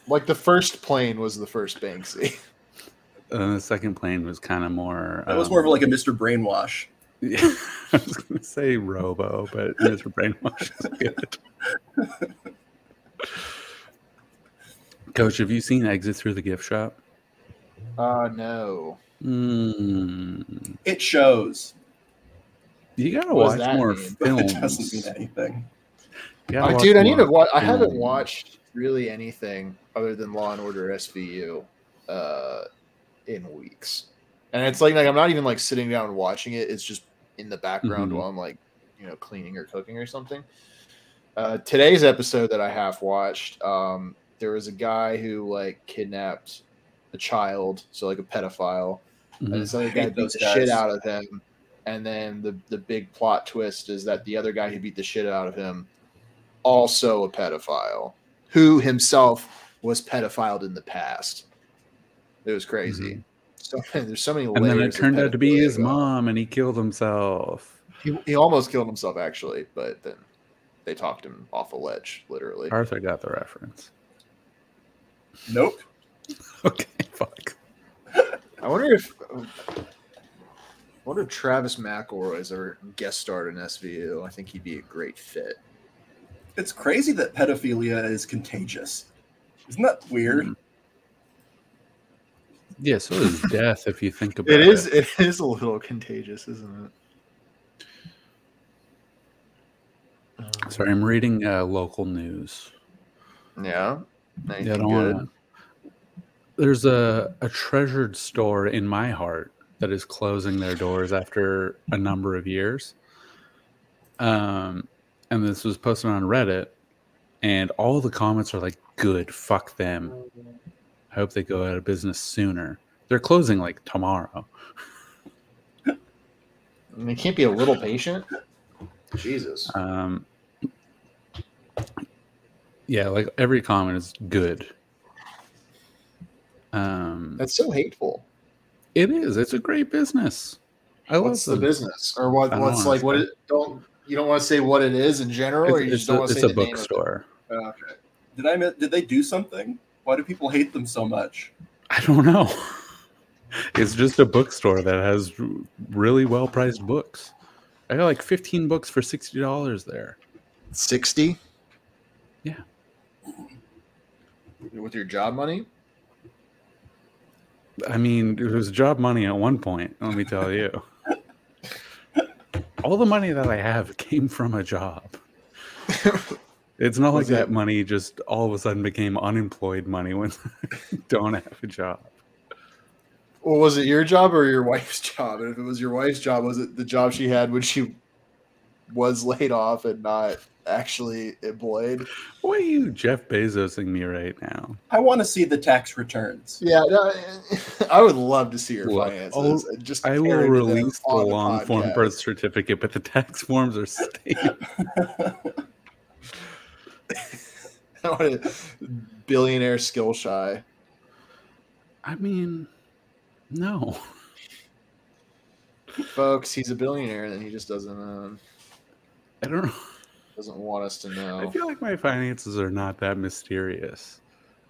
[SPEAKER 1] Like the first plane was the first Banksy.
[SPEAKER 2] And then the second plane was kind of more.
[SPEAKER 3] that was
[SPEAKER 2] um,
[SPEAKER 3] more of like a Mr. Brainwash.
[SPEAKER 2] Yeah, I was going to say Robo, but Mr. Brainwash is good. Coach, have you seen Exit Through the Gift Shop?
[SPEAKER 1] Uh no.
[SPEAKER 2] Mm,
[SPEAKER 3] It shows.
[SPEAKER 2] you got to
[SPEAKER 1] What does
[SPEAKER 2] watch
[SPEAKER 1] that
[SPEAKER 2] more
[SPEAKER 1] mean? It
[SPEAKER 3] But
[SPEAKER 2] films.
[SPEAKER 3] it doesn't mean anything.
[SPEAKER 2] You gotta
[SPEAKER 1] I,
[SPEAKER 2] watch
[SPEAKER 1] dude, I need to
[SPEAKER 2] more
[SPEAKER 1] watch. I haven't
[SPEAKER 2] films.
[SPEAKER 1] watched really anything other than Law and Order SVU uh, in weeks, and it's like like I'm not even like sitting down and watching it. It's just in the background
[SPEAKER 2] Mhm.
[SPEAKER 1] while I'm like you know cleaning or cooking or something. Uh, today's episode that I half watched, um, there was a guy who like kidnapped a child, so like a pedophile, and
[SPEAKER 2] Mhm.
[SPEAKER 1] this other
[SPEAKER 3] I
[SPEAKER 1] guy
[SPEAKER 3] hate
[SPEAKER 1] beat
[SPEAKER 3] those
[SPEAKER 1] the shit
[SPEAKER 3] guys.
[SPEAKER 1] out of him. And then the the big plot twist is that the other guy who beat the shit out of him, also a pedophile, who himself was pedophiled in the past. It was crazy. So there's so many layers.
[SPEAKER 2] Mm-hmm. And then it
[SPEAKER 1] of
[SPEAKER 2] turned out to be
[SPEAKER 1] pedophilia
[SPEAKER 2] his
[SPEAKER 1] going on.
[SPEAKER 2] mom, and he killed himself.
[SPEAKER 1] He, he almost killed himself actually, but then they talked him off a ledge, literally.
[SPEAKER 2] Arthur got the reference.
[SPEAKER 3] Nope.
[SPEAKER 2] Okay, fuck.
[SPEAKER 1] I wonder if I wonder if Travis McElroy's ever guest starred in SVU. I think he'd be a great fit.
[SPEAKER 3] It's crazy that pedophilia is contagious. Isn't that weird?
[SPEAKER 2] Mhm. Yeah, so is death if you think about
[SPEAKER 1] It
[SPEAKER 2] it.
[SPEAKER 1] is. It is a little contagious, isn't it? Um,
[SPEAKER 2] Sorry, I'm reading uh, local news.
[SPEAKER 1] Yeah. Anything
[SPEAKER 2] Yeah, I don't
[SPEAKER 1] good?
[SPEAKER 2] wanna- There's a, a treasured store in my heart that is closing their doors after a number of years. Um, and this was posted on Reddit, and all the comments are like, good, fuck them. I hope they go out of business sooner. They're closing like tomorrow.
[SPEAKER 1] I mean, it can't be a little patient. Jesus.
[SPEAKER 2] Um, yeah, like every comment is good. Um,
[SPEAKER 1] That's so hateful.
[SPEAKER 2] it is. It's a great business. I love
[SPEAKER 1] What's the
[SPEAKER 2] them.
[SPEAKER 1] business, or what?
[SPEAKER 2] I don't
[SPEAKER 1] What's
[SPEAKER 2] wanna
[SPEAKER 1] like? What?
[SPEAKER 2] say.
[SPEAKER 1] It, don't you don't want to say what it is in general, or you just
[SPEAKER 2] It's, it's
[SPEAKER 1] don't
[SPEAKER 2] a,
[SPEAKER 1] want to
[SPEAKER 2] it's
[SPEAKER 1] say
[SPEAKER 2] a
[SPEAKER 1] the name of it?
[SPEAKER 2] bookstore.
[SPEAKER 1] Oh, okay.
[SPEAKER 3] Did I? mi- Did they do something? Why do people hate them so much?
[SPEAKER 2] I don't know. it's just a bookstore that has r- really well priced books. I got like 15 books for $60 there.
[SPEAKER 1] Sixty.
[SPEAKER 2] Yeah.
[SPEAKER 1] With your job money.
[SPEAKER 2] I mean, it was job money at one point, let me tell you. All the money that I have came from a job. It's not like
[SPEAKER 1] Was
[SPEAKER 2] that
[SPEAKER 1] it-
[SPEAKER 2] money just all of a sudden became unemployed money when I don't have a job.
[SPEAKER 1] Well, was it your job or your wife's job? And if it was your wife's job, was it the job she had when she was laid off and not actually employed?
[SPEAKER 2] Why are you Jeff Bezosing me right now?
[SPEAKER 3] I want to see the tax returns.
[SPEAKER 1] Yeah, no, I would love to see her
[SPEAKER 2] Well,
[SPEAKER 1] finances.
[SPEAKER 2] I'll-
[SPEAKER 1] and just
[SPEAKER 2] I will
[SPEAKER 1] parody them
[SPEAKER 2] release the
[SPEAKER 1] on
[SPEAKER 2] long form
[SPEAKER 1] podcast.
[SPEAKER 2] birth certificate, but the tax forms are stamped.
[SPEAKER 1] I want a billionaire skill shy.
[SPEAKER 2] I mean, no.
[SPEAKER 1] Folks, he's a billionaire, and he just doesn't um,
[SPEAKER 2] I don't know.
[SPEAKER 1] doesn't want us to
[SPEAKER 2] I
[SPEAKER 1] know.
[SPEAKER 2] feel like my finances are not that mysterious.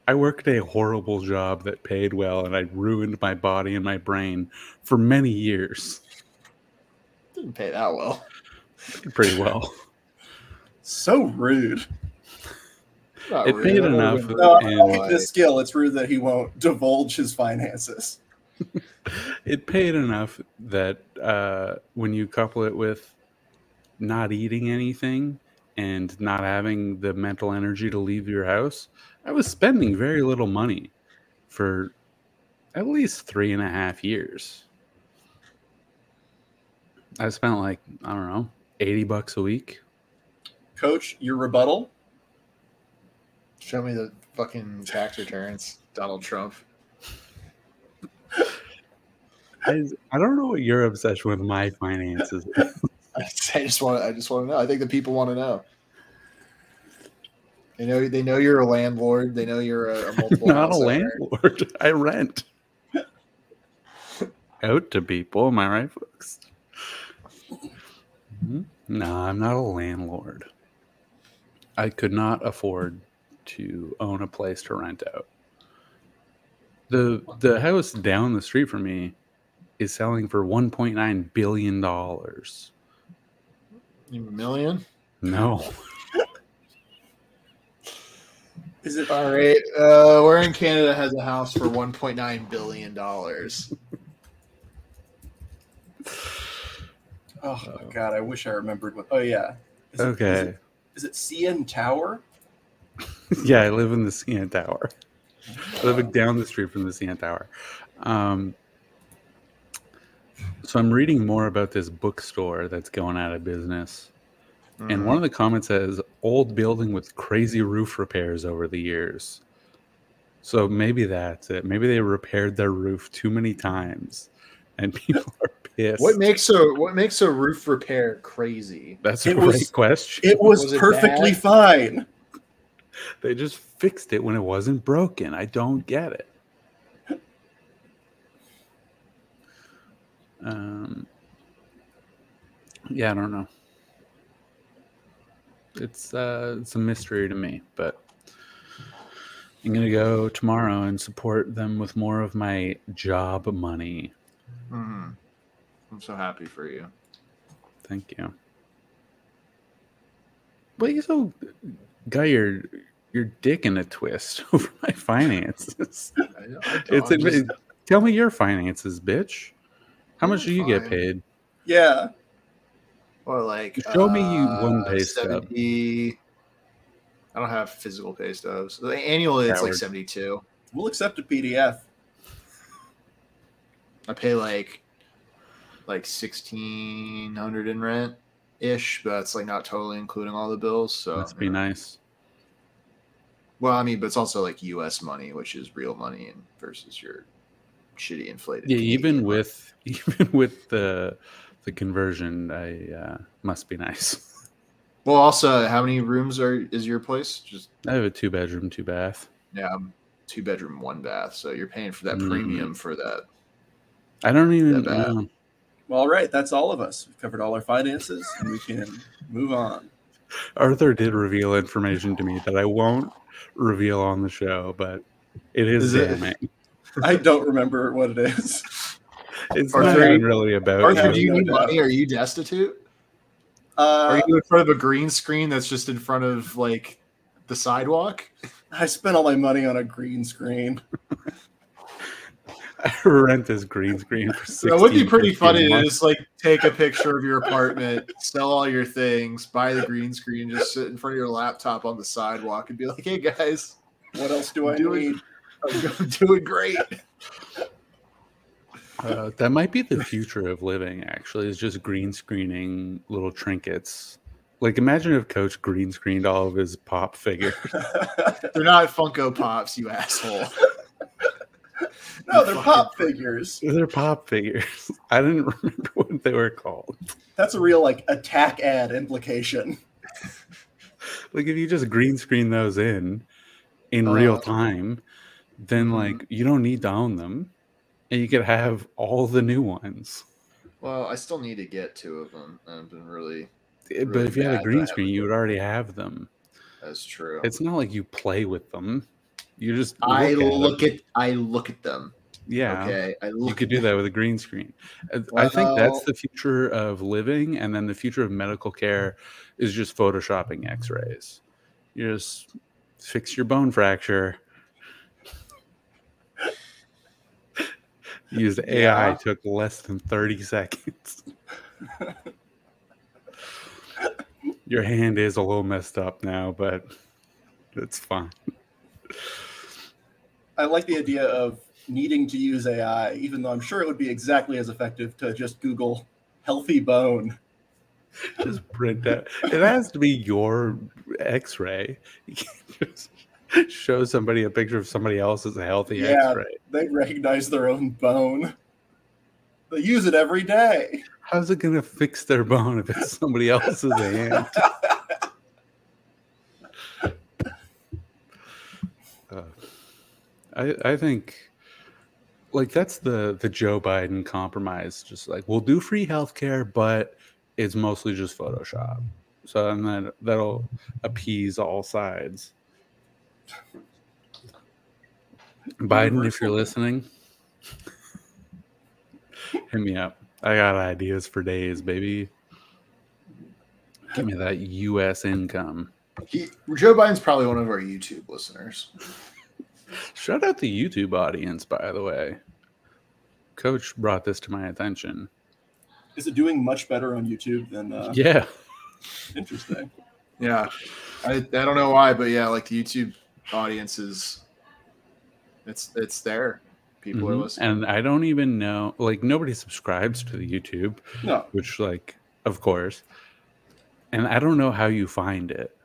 [SPEAKER 2] I worked a horrible job that paid well and I ruined my body and my brain for many years.
[SPEAKER 1] Didn't pay that well.
[SPEAKER 2] Pretty well.
[SPEAKER 3] So rude.
[SPEAKER 1] Not
[SPEAKER 2] It paid
[SPEAKER 1] I would've
[SPEAKER 2] enough.
[SPEAKER 1] been-
[SPEAKER 3] No, I
[SPEAKER 2] And-
[SPEAKER 3] like this skill. It's rude that he won't divulge his finances.
[SPEAKER 2] it paid enough that uh, when you couple it with not eating anything and not having the mental energy to leave your house, I was spending very little money for at least three and a half years. I spent like, I don't know, 80 bucks a week.
[SPEAKER 3] Coach, your rebuttal?
[SPEAKER 1] Show me the fucking tax returns, Donald Trump.
[SPEAKER 2] I, I don't know what your obsession with my finances is.
[SPEAKER 1] I just- I just want. I just want to know. I think the people want to know. They know. They know you're a landlord. They know you're a, a multiple.
[SPEAKER 2] not a
[SPEAKER 1] house owner.
[SPEAKER 2] landlord. I rent out to people. Am I right, folks? Mhm. No, I'm not a landlord. I could not afford to own a place to rent out. the The house down the street from me is selling for 1.9 billion dollars.
[SPEAKER 1] You million.
[SPEAKER 2] No,
[SPEAKER 3] Is it
[SPEAKER 1] All right. Uh, where in Canada has a house for 1.9 billion dollars?
[SPEAKER 3] Oh my god, I wish I remembered what. Oh yeah. Is it- Is
[SPEAKER 2] okay.
[SPEAKER 3] it, is it CN Tower?
[SPEAKER 2] yeah, I live in the CN Tower. I live down the street from the CN Tower. Um, so I'm reading more about this bookstore that's going out of business.
[SPEAKER 1] Hmm.
[SPEAKER 3] Mm-hmm.
[SPEAKER 2] And one of the comments says, old building with crazy roof repairs over the years. So maybe that's it. Maybe they repaired their roof too many times and people are pissed.
[SPEAKER 1] What makes a what makes a roof repair crazy?
[SPEAKER 2] that's a
[SPEAKER 3] It
[SPEAKER 2] great
[SPEAKER 3] was-
[SPEAKER 2] question.
[SPEAKER 3] It was,
[SPEAKER 1] Was it
[SPEAKER 3] perfectly
[SPEAKER 1] bad?
[SPEAKER 3] fine.
[SPEAKER 2] they just fixed it when it wasn't broken. I don't get it. Um, yeah, I don't know. It's uh, it's a mystery to me, but I'm gonna go tomorrow and support them with more of my job money.
[SPEAKER 1] Mhm. I'm so happy for you.
[SPEAKER 2] Thank you. But you so got your your dick in a twist over my finances.
[SPEAKER 1] I, I don't-
[SPEAKER 2] It's
[SPEAKER 1] I'm
[SPEAKER 2] admi-
[SPEAKER 1] just-
[SPEAKER 2] tell me your finances, bitch. How much do you get
[SPEAKER 1] Fine.
[SPEAKER 2] paid?
[SPEAKER 3] Yeah.
[SPEAKER 1] or like
[SPEAKER 2] Show me you one
[SPEAKER 1] uh,
[SPEAKER 2] pay stub.
[SPEAKER 1] 70 I don't have physical pay stubs. Annually, it's like
[SPEAKER 2] Coward.
[SPEAKER 1] 72.
[SPEAKER 3] We'll accept a PDF.
[SPEAKER 1] I pay like like sixteen hundred in rent ish, but it's like not totally including all the bills. So
[SPEAKER 2] Must be nice.
[SPEAKER 1] Well, I mean, but it's also like U.S. money, which is real money, and versus your shitty inflated.
[SPEAKER 2] Yeah,
[SPEAKER 1] Canadian
[SPEAKER 2] even
[SPEAKER 1] money.
[SPEAKER 2] with even with the the conversion, I uh, must be nice.
[SPEAKER 1] well, also, how many rooms are is your place? Just
[SPEAKER 2] I have a two bedroom, two bath.
[SPEAKER 1] yeah, I'm two bedroom, one bath. So you're paying for that
[SPEAKER 2] Mm.
[SPEAKER 1] premium for that.
[SPEAKER 2] I don't even.
[SPEAKER 1] That bad.
[SPEAKER 2] know.
[SPEAKER 3] Well, all right, that's all of us. We've covered all our finances and we can move on.
[SPEAKER 2] Arthur did reveal information to me that I won't reveal on the show, but it
[SPEAKER 1] Is
[SPEAKER 2] is,
[SPEAKER 1] it-
[SPEAKER 2] damning.
[SPEAKER 3] I don't remember what it is.
[SPEAKER 2] It's
[SPEAKER 1] Arthur,
[SPEAKER 2] not
[SPEAKER 1] you-
[SPEAKER 2] even really about.
[SPEAKER 1] Arthur,
[SPEAKER 2] you.
[SPEAKER 1] do you
[SPEAKER 3] no
[SPEAKER 1] need
[SPEAKER 3] doubt.
[SPEAKER 1] money? Are you destitute?
[SPEAKER 3] Uh,
[SPEAKER 1] Are you in front of a green screen that's just in front of like the sidewalk?
[SPEAKER 3] I spent all my money on a green screen.
[SPEAKER 2] rent this green screen for six.
[SPEAKER 1] That would be pretty funny to just like take a picture of your apartment, sell all your things, buy the green screen, just sit in front of your laptop on the sidewalk and be like, hey guys,
[SPEAKER 3] What else do I
[SPEAKER 1] Do it.
[SPEAKER 3] need?
[SPEAKER 1] I'm doing great.
[SPEAKER 2] Uh, that might be the future of living. Actually, is just green screening little trinkets. Like, imagine if Coach green screened all of his pop figures.
[SPEAKER 1] They're not Funko Pops, you asshole.
[SPEAKER 3] no, they're
[SPEAKER 1] Fucking
[SPEAKER 3] pop
[SPEAKER 1] prick.
[SPEAKER 3] figures.
[SPEAKER 2] They're pop figures. I didn't remember what they were called.
[SPEAKER 3] That's a real like attack ad implication.
[SPEAKER 2] Like, if you just green screen those in in real
[SPEAKER 1] Uh,
[SPEAKER 2] time, then
[SPEAKER 1] mhm.
[SPEAKER 2] like you don't need to own them, and you could have all the new ones.
[SPEAKER 1] Well, I still need to get two of them. I've been really
[SPEAKER 2] It- Eh, but
[SPEAKER 1] Really
[SPEAKER 2] if you had
[SPEAKER 1] bad
[SPEAKER 2] a
[SPEAKER 1] that I
[SPEAKER 2] green
[SPEAKER 1] haven't
[SPEAKER 2] screen, you would already have them.
[SPEAKER 1] that's true.
[SPEAKER 2] It's not like you play with them. You just
[SPEAKER 1] I
[SPEAKER 2] them.
[SPEAKER 1] look at I look at them.
[SPEAKER 2] yeah.
[SPEAKER 1] Okay, I
[SPEAKER 2] You
[SPEAKER 1] look
[SPEAKER 2] could do that with a green screen. Uh, I think
[SPEAKER 1] Well-
[SPEAKER 2] that's the future of living, and then the future of medical care is just photoshopping X-rays. You just fix your bone fracture. Used AI
[SPEAKER 1] Yeah.
[SPEAKER 2] took less than thirty seconds. your hand is a little messed up now, but it's fine.
[SPEAKER 3] I like the idea of needing to use AI, even though I'm sure it would be exactly as effective to just Google healthy bone.
[SPEAKER 2] just print out. It has to be your X-ray. You can't just show somebody a picture of somebody else's healthy
[SPEAKER 3] Yeah.
[SPEAKER 2] X-ray.
[SPEAKER 3] They recognize their own bone. They use it every day.
[SPEAKER 2] How's it gonna fix their bone if it's somebody else's hand? Uh, I I think like that's the the Joe Biden compromise. Just like we'll do free healthcare, but it's mostly just Photoshop. So and then that'll appease all sides. Biden, if you're listening, hit me up. I got ideas for days, baby. Give me that U.S. income.
[SPEAKER 1] He, Joe Biden's probably one of our YouTube listeners.
[SPEAKER 2] Shout out the YouTube audience, by the way. Coach brought this to my attention.
[SPEAKER 3] Is it doing much better on YouTube than uh,
[SPEAKER 2] yeah,
[SPEAKER 3] interesting?
[SPEAKER 1] Yeah, I, I don't know why, but yeah, like the YouTube audience is, it's it's there. People are
[SPEAKER 2] Mhm.
[SPEAKER 1] listening.
[SPEAKER 2] and I don't even know. Like nobody subscribes to the YouTube,
[SPEAKER 3] No,
[SPEAKER 2] which, like, of course. And I don't know how you find it.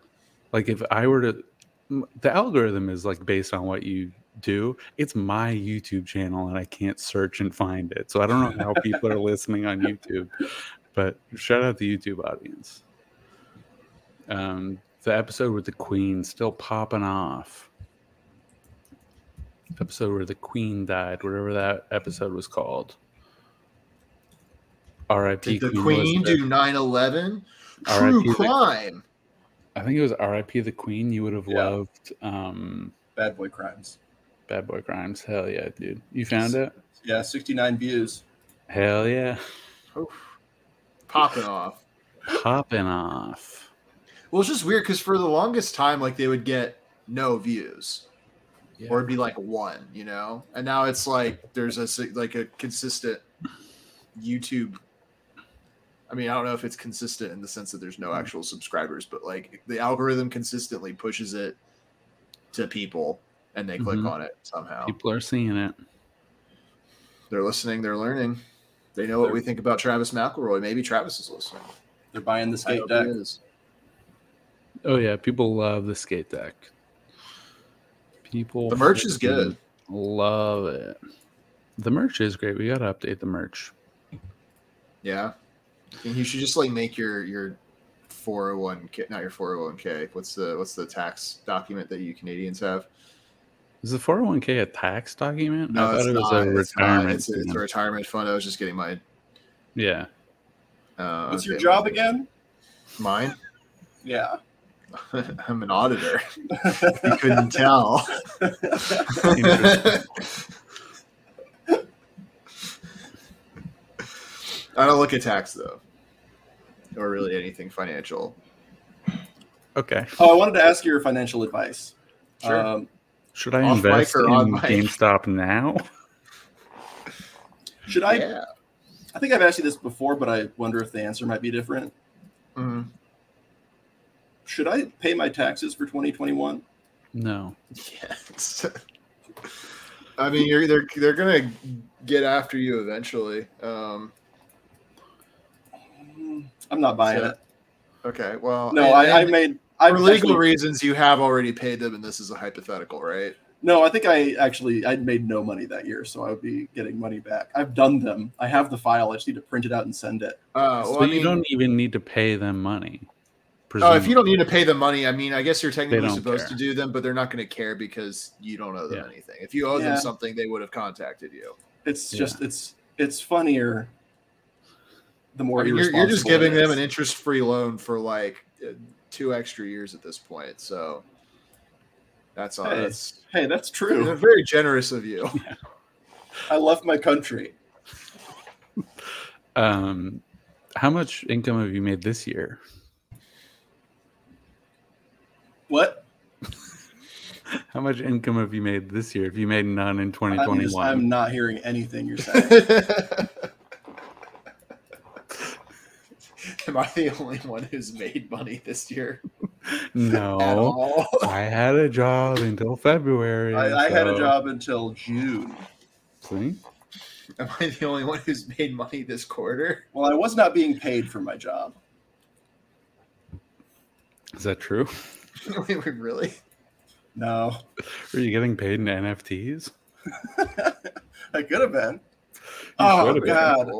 [SPEAKER 2] Like, if I were to, m- the algorithm is like based on what you do. It's my YouTube channel, and I can't search and find it. So I don't know how people are listening on YouTube. But shout out the YouTube audience. Um, the episode with the Queen still popping off. Episode where the Queen died, whatever that episode was called. R.I.P.
[SPEAKER 1] Did the Queen
[SPEAKER 2] Elizabeth.
[SPEAKER 1] do 9-11?
[SPEAKER 2] R.I.P.
[SPEAKER 1] True
[SPEAKER 2] the-
[SPEAKER 1] crime.
[SPEAKER 2] I think it was R.I.P. the Queen. You would have
[SPEAKER 3] Yeah.
[SPEAKER 2] loved um,
[SPEAKER 3] bad boy crimes.
[SPEAKER 2] Bad Boy Grimes. Hell yeah, dude. You found it?
[SPEAKER 3] Yeah, 69 views.
[SPEAKER 2] Hell yeah.
[SPEAKER 1] Oof. Popping off.
[SPEAKER 2] Popping off.
[SPEAKER 1] Well, it's just weird because for the longest time, like they would get no views,
[SPEAKER 2] Yeah.
[SPEAKER 1] or it'd be like one, you know. And now it's like there's a si- like a consistent YouTube. I mean, I don't know if it's consistent in the sense that there's no actual subscribers, but like the algorithm consistently pushes it to people, and they click
[SPEAKER 2] Mhm.
[SPEAKER 1] on it somehow.
[SPEAKER 2] People are seeing it.
[SPEAKER 1] They're listening. They're learning. They know what we think about Travis McElroy. Maybe Travis is listening.
[SPEAKER 3] They're buying the
[SPEAKER 1] I
[SPEAKER 3] skate
[SPEAKER 1] hope he
[SPEAKER 3] deck.
[SPEAKER 1] is.
[SPEAKER 2] Oh yeah, people love the skate deck. People
[SPEAKER 1] The merch is good.
[SPEAKER 2] Love it. The merch is great. We gotta update the merch.
[SPEAKER 1] Yeah. And you should just like make your your 401k not your 401k. What's the what's the tax document that you Canadians have?
[SPEAKER 2] Is the 401k a tax document? I thought
[SPEAKER 1] it's
[SPEAKER 2] it was
[SPEAKER 1] not,
[SPEAKER 2] a
[SPEAKER 1] it's not.
[SPEAKER 2] retirement.
[SPEAKER 1] It's, a, it's a
[SPEAKER 2] plan.
[SPEAKER 1] retirement fund. I was just getting my
[SPEAKER 2] yeah.
[SPEAKER 1] uh
[SPEAKER 3] What's your
[SPEAKER 1] okay,
[SPEAKER 3] job again?
[SPEAKER 1] Mine?
[SPEAKER 3] Yeah.
[SPEAKER 1] I'm an auditor. You couldn't tell. I don't look at tax though. Or really anything financial.
[SPEAKER 2] Okay.
[SPEAKER 3] Oh, I wanted to ask your financial advice.
[SPEAKER 1] Sure.
[SPEAKER 3] Um,
[SPEAKER 2] Should I
[SPEAKER 1] Off mic
[SPEAKER 2] invest in
[SPEAKER 1] or on mic?
[SPEAKER 2] GameStop now?
[SPEAKER 3] Should I?
[SPEAKER 1] yeah.
[SPEAKER 3] I think I've asked you this before, but I wonder if the answer might be different.
[SPEAKER 1] Mhm.
[SPEAKER 3] Should I pay my taxes for 2021?
[SPEAKER 2] No.
[SPEAKER 1] Yes. I mean, you're they're they're gonna get after you eventually. Um,
[SPEAKER 3] I'm not buying
[SPEAKER 1] So-
[SPEAKER 3] it.
[SPEAKER 1] okay. Well,
[SPEAKER 3] No,
[SPEAKER 1] and-
[SPEAKER 3] I, I
[SPEAKER 1] and
[SPEAKER 3] made. I
[SPEAKER 1] for legal
[SPEAKER 3] actually-
[SPEAKER 1] reasons, you have already paid them, and this is a hypothetical, right?
[SPEAKER 3] No, I think I actually I made no money that year, so I would be getting money back. I've done them. I have the file. I just need to print it out and send it.
[SPEAKER 1] Uh,
[SPEAKER 2] So
[SPEAKER 1] well, I
[SPEAKER 2] you
[SPEAKER 1] mean,
[SPEAKER 2] don't even need to pay them money.
[SPEAKER 1] oh, if you
[SPEAKER 2] presumably.
[SPEAKER 1] don't need to pay them money, I mean, I guess you're technically
[SPEAKER 2] don't
[SPEAKER 1] supposed to
[SPEAKER 2] care.
[SPEAKER 1] do them, but they're not going to care because you don't owe them
[SPEAKER 2] Yeah.
[SPEAKER 1] anything. If you owe
[SPEAKER 3] Yeah.
[SPEAKER 1] them something, they would have contacted you.
[SPEAKER 3] It's
[SPEAKER 2] Yeah.
[SPEAKER 3] just it's it's funnier. The more
[SPEAKER 1] I mean, you're,
[SPEAKER 3] irresponsible
[SPEAKER 1] you're just giving
[SPEAKER 3] it
[SPEAKER 1] them
[SPEAKER 3] is.
[SPEAKER 1] an interest-free loan for like uh, two extra years at this point. So that's all.
[SPEAKER 3] Hey.
[SPEAKER 1] That's
[SPEAKER 3] Hey, that's true.
[SPEAKER 1] very generous of you.
[SPEAKER 3] I love my country.
[SPEAKER 2] Um, how much income have you made this year?
[SPEAKER 3] What?
[SPEAKER 2] How much income have you made this year? If you made none in
[SPEAKER 3] I'm, just,
[SPEAKER 2] 2021,
[SPEAKER 3] I'm not hearing anything you're saying.
[SPEAKER 1] Am I the only one who's made money this year at
[SPEAKER 2] no,
[SPEAKER 1] all?
[SPEAKER 2] I had a job until February.
[SPEAKER 3] I, I had a
[SPEAKER 2] so-
[SPEAKER 3] job until June.
[SPEAKER 2] See?
[SPEAKER 1] Am I the only one who's made money this quarter?
[SPEAKER 3] Well, I was not being paid for my job.
[SPEAKER 2] Is that true?
[SPEAKER 1] Wait, wait, really?
[SPEAKER 3] No,
[SPEAKER 2] Are you getting paid in NFTs?
[SPEAKER 3] I could have been.
[SPEAKER 2] should
[SPEAKER 3] oh
[SPEAKER 2] have been.
[SPEAKER 3] God,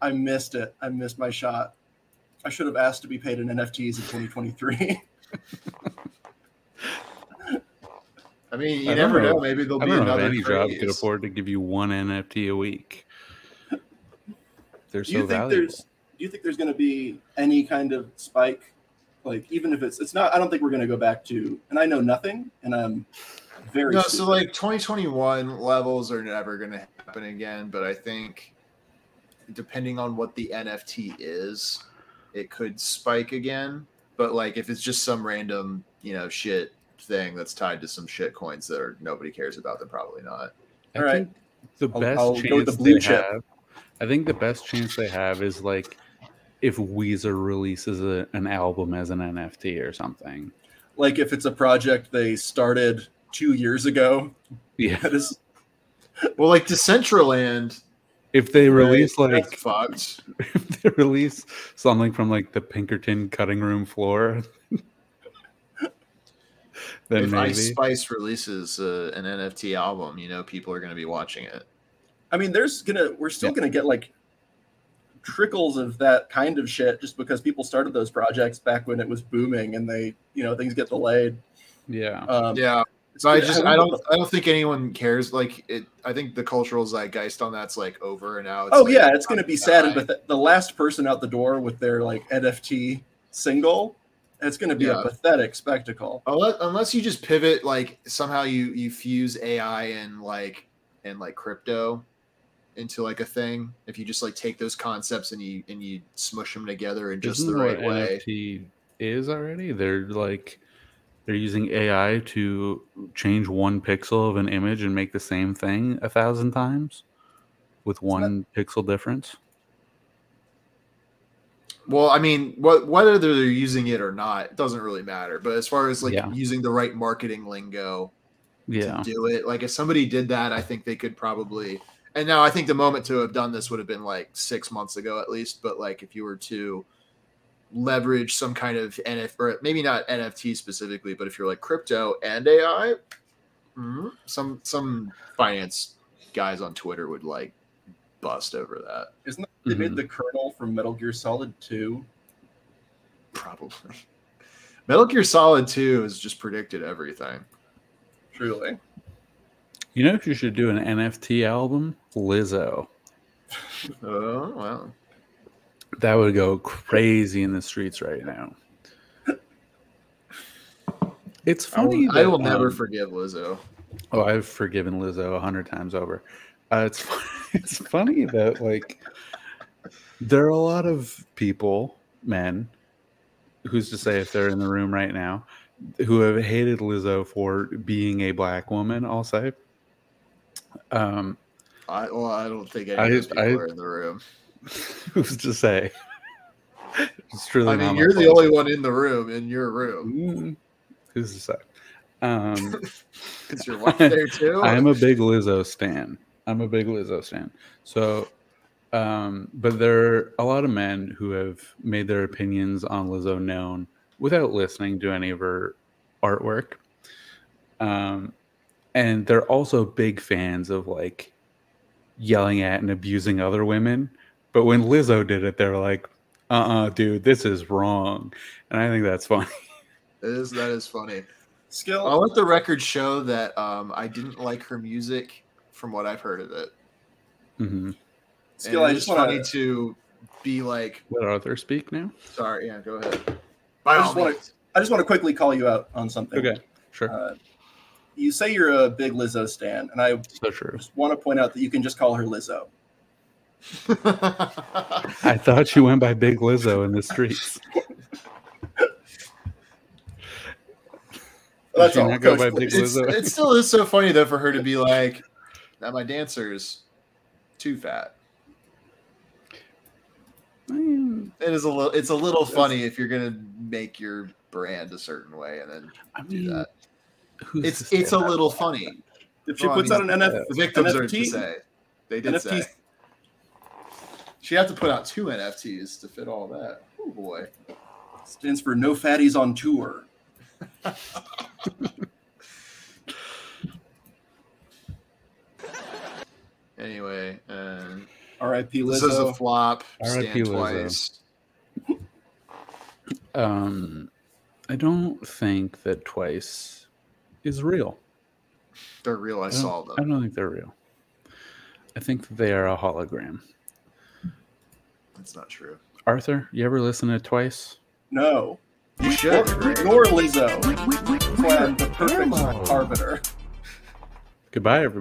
[SPEAKER 3] I missed it. I missed my shot. I should have asked to be paid in NFTs in 2023.
[SPEAKER 1] I mean, you
[SPEAKER 2] I don't
[SPEAKER 1] never know.
[SPEAKER 2] know.
[SPEAKER 1] Maybe there'll
[SPEAKER 2] I
[SPEAKER 1] be
[SPEAKER 2] don't know if
[SPEAKER 1] another
[SPEAKER 2] any job could
[SPEAKER 1] craze.
[SPEAKER 2] afford to give you one NFT a week. They're so
[SPEAKER 3] do you think
[SPEAKER 2] valuable.
[SPEAKER 3] there's do you think there's going to be any kind of spike like even if it's it's not i don't think we're going to go back to and i know nothing and i'm very
[SPEAKER 1] No,
[SPEAKER 3] stupid.
[SPEAKER 1] so like 2021 levels are never going to happen again, but I think depending on what the NFT is, it could spike again. But like if it's just some random, you know, shit thing that's tied to some shit coins that are nobody cares about, then probably not.
[SPEAKER 2] I
[SPEAKER 3] All right.
[SPEAKER 2] think the
[SPEAKER 3] I'll-
[SPEAKER 2] best
[SPEAKER 3] I'll
[SPEAKER 2] chance
[SPEAKER 3] go with the blue
[SPEAKER 2] they
[SPEAKER 3] chip.
[SPEAKER 2] have. I think the best chance they have is like if Weezer releases a, an album as an NFT or something.
[SPEAKER 3] like if it's a project they started two years ago
[SPEAKER 2] Yeah.
[SPEAKER 3] that is
[SPEAKER 1] Well, like Decentraland,
[SPEAKER 2] If they release
[SPEAKER 1] that's
[SPEAKER 2] like
[SPEAKER 1] fucked.
[SPEAKER 2] if they release something from like the Pinkerton cutting room floor, then
[SPEAKER 1] If
[SPEAKER 2] maybe
[SPEAKER 1] Ice Spice releases uh, an NFT album, you know, people are going to be watching it.
[SPEAKER 3] i mean there's gonna we're still
[SPEAKER 2] Yeah.
[SPEAKER 3] gonna get like trickles of that kind of shit just because people started those projects back when it was booming and they you know things get delayed
[SPEAKER 2] yeah.
[SPEAKER 3] um
[SPEAKER 1] Yeah, So I just I
[SPEAKER 3] wonder-
[SPEAKER 1] don't I don't think anyone cares. Like it, I think the cultural zeitgeist on that's like over and now. It's
[SPEAKER 3] Oh
[SPEAKER 1] like,
[SPEAKER 3] yeah, it's gonna be sad.
[SPEAKER 1] die.
[SPEAKER 3] But the, the last person out the door with their like NFT single, it's gonna be
[SPEAKER 1] Yeah. Oh,
[SPEAKER 3] a pathetic spectacle.
[SPEAKER 1] unless, unless you just pivot like somehow you you fuse AI and like and like crypto into like a thing. If you just like take those concepts and you and you smush them together in just
[SPEAKER 2] Isn't
[SPEAKER 1] the
[SPEAKER 2] that
[SPEAKER 1] right
[SPEAKER 2] what
[SPEAKER 1] way.
[SPEAKER 2] NFT is already. They're like they're using AI to change one pixel of an image and make the same thing a thousand times with one pixel difference.
[SPEAKER 1] Well, I mean, what whether they're using it or not, it doesn't really matter. But as far as like
[SPEAKER 2] Yeah.
[SPEAKER 1] using the right marketing lingo,
[SPEAKER 2] Yeah.
[SPEAKER 1] to do it. Like if somebody did that, I think they could probably. And now I think the moment to have done this would have been like six months ago at least. But like if you were to leverage some kind of NF or maybe not NFT specifically, but if you're like crypto and AI, mhm, some some finance guys on Twitter would like bust over that
[SPEAKER 3] Isn't that they
[SPEAKER 2] Mhm.
[SPEAKER 1] mm-hmm.
[SPEAKER 3] made the kernel from Metal Gear Solid Two?
[SPEAKER 1] probably. Metal Gear Solid 2 has just predicted everything.
[SPEAKER 3] Truly,
[SPEAKER 2] You know if you should do an NFT album? Lizzo.
[SPEAKER 1] Oh well.
[SPEAKER 2] That would go crazy in the streets right now. It's
[SPEAKER 1] I
[SPEAKER 2] funny.
[SPEAKER 1] will, I
[SPEAKER 2] that,
[SPEAKER 1] will never
[SPEAKER 2] um,
[SPEAKER 1] forgive Lizzo.
[SPEAKER 2] Oh, I've forgiven Lizzo a hundred times over. Uh, it's fu- it's funny that like there are a lot of people, men, who's to say if they're in the room right now, who have hated Lizzo for being a black woman. I'll say, um,
[SPEAKER 1] I well, I don't think any
[SPEAKER 2] I-
[SPEAKER 1] of those people
[SPEAKER 2] I-
[SPEAKER 1] are in the room.
[SPEAKER 2] Who's to say? It's truly.
[SPEAKER 1] I
[SPEAKER 2] not
[SPEAKER 1] mean,
[SPEAKER 2] my
[SPEAKER 1] you're the
[SPEAKER 2] place.
[SPEAKER 1] only one in the room in your room.
[SPEAKER 2] Mm, Who's to say? Um,
[SPEAKER 1] Is your wife there too?
[SPEAKER 2] I am a big Lizzo stan. I'm a big Lizzo stan. So, um, but there are a lot of men who have made their opinions on Lizzo known without listening to any of her artwork. Um, and they're also big fans of like yelling at and abusing other women. But when Lizzo did it, they're like, uh uh, dude, this is wrong. And I think that's funny.
[SPEAKER 1] It is that is funny.
[SPEAKER 3] Skill.
[SPEAKER 1] I'll let the record show that um, I didn't like her music from what I've heard of it.
[SPEAKER 2] Mhm.
[SPEAKER 1] And
[SPEAKER 3] Skill. I
[SPEAKER 1] it
[SPEAKER 3] just
[SPEAKER 1] is
[SPEAKER 3] want
[SPEAKER 1] funny
[SPEAKER 3] to.
[SPEAKER 1] to be like,
[SPEAKER 2] Let Arthur speak now.
[SPEAKER 1] sorry, yeah, go ahead. By
[SPEAKER 3] I
[SPEAKER 1] all
[SPEAKER 3] just wanna-
[SPEAKER 1] means.
[SPEAKER 3] I just want to quickly call you out on something.
[SPEAKER 2] Okay, sure.
[SPEAKER 3] Uh, you say you're a big Lizzo stan, and I
[SPEAKER 2] so true.
[SPEAKER 3] just want to point out that you can just call her Lizzo.
[SPEAKER 2] I thought she went by Big Lizzo in the streets.
[SPEAKER 3] That's
[SPEAKER 2] she
[SPEAKER 3] all.
[SPEAKER 2] not go
[SPEAKER 3] Coach,
[SPEAKER 2] by
[SPEAKER 3] please.
[SPEAKER 2] Big
[SPEAKER 1] it's,
[SPEAKER 2] Lizzo.
[SPEAKER 1] it still is so funny though for her to be like, now my dancer's too fat.
[SPEAKER 2] Mm,
[SPEAKER 1] It is a little. It's a little funny if you're gonna make your brand a certain way and then
[SPEAKER 2] I
[SPEAKER 1] do
[SPEAKER 2] mean,
[SPEAKER 1] that.
[SPEAKER 2] who's
[SPEAKER 1] It's
[SPEAKER 2] to
[SPEAKER 1] it's
[SPEAKER 2] say
[SPEAKER 1] a
[SPEAKER 2] that?
[SPEAKER 1] little funny.
[SPEAKER 3] If she
[SPEAKER 1] Well, I
[SPEAKER 3] puts
[SPEAKER 1] mean,
[SPEAKER 3] out an NF,
[SPEAKER 1] The victims are
[SPEAKER 3] NFT?
[SPEAKER 1] to say they did
[SPEAKER 3] NFT?
[SPEAKER 1] say she had to put out two NFTs to fit all that. Oh boy,
[SPEAKER 3] stands for No Fatties on Tour.
[SPEAKER 1] Anyway, um,
[SPEAKER 3] R.I.P.
[SPEAKER 1] this is a
[SPEAKER 3] Lizzo.
[SPEAKER 1] flop. Stand
[SPEAKER 2] RIP Lizzo.
[SPEAKER 1] twice.
[SPEAKER 2] Um, I don't think that Twice is real.
[SPEAKER 1] They're real. I
[SPEAKER 2] I don't-
[SPEAKER 1] saw
[SPEAKER 2] I
[SPEAKER 1] them.
[SPEAKER 2] don't think they're real. I think that they are a hologram.
[SPEAKER 1] That's not true.
[SPEAKER 2] Arthur, you ever listen to Twice?
[SPEAKER 3] No.
[SPEAKER 1] You
[SPEAKER 3] Or,
[SPEAKER 1] should. Greg.
[SPEAKER 3] nor Lizzo. That's why I'm the perfect arbiter.
[SPEAKER 2] Goodbye, everybody.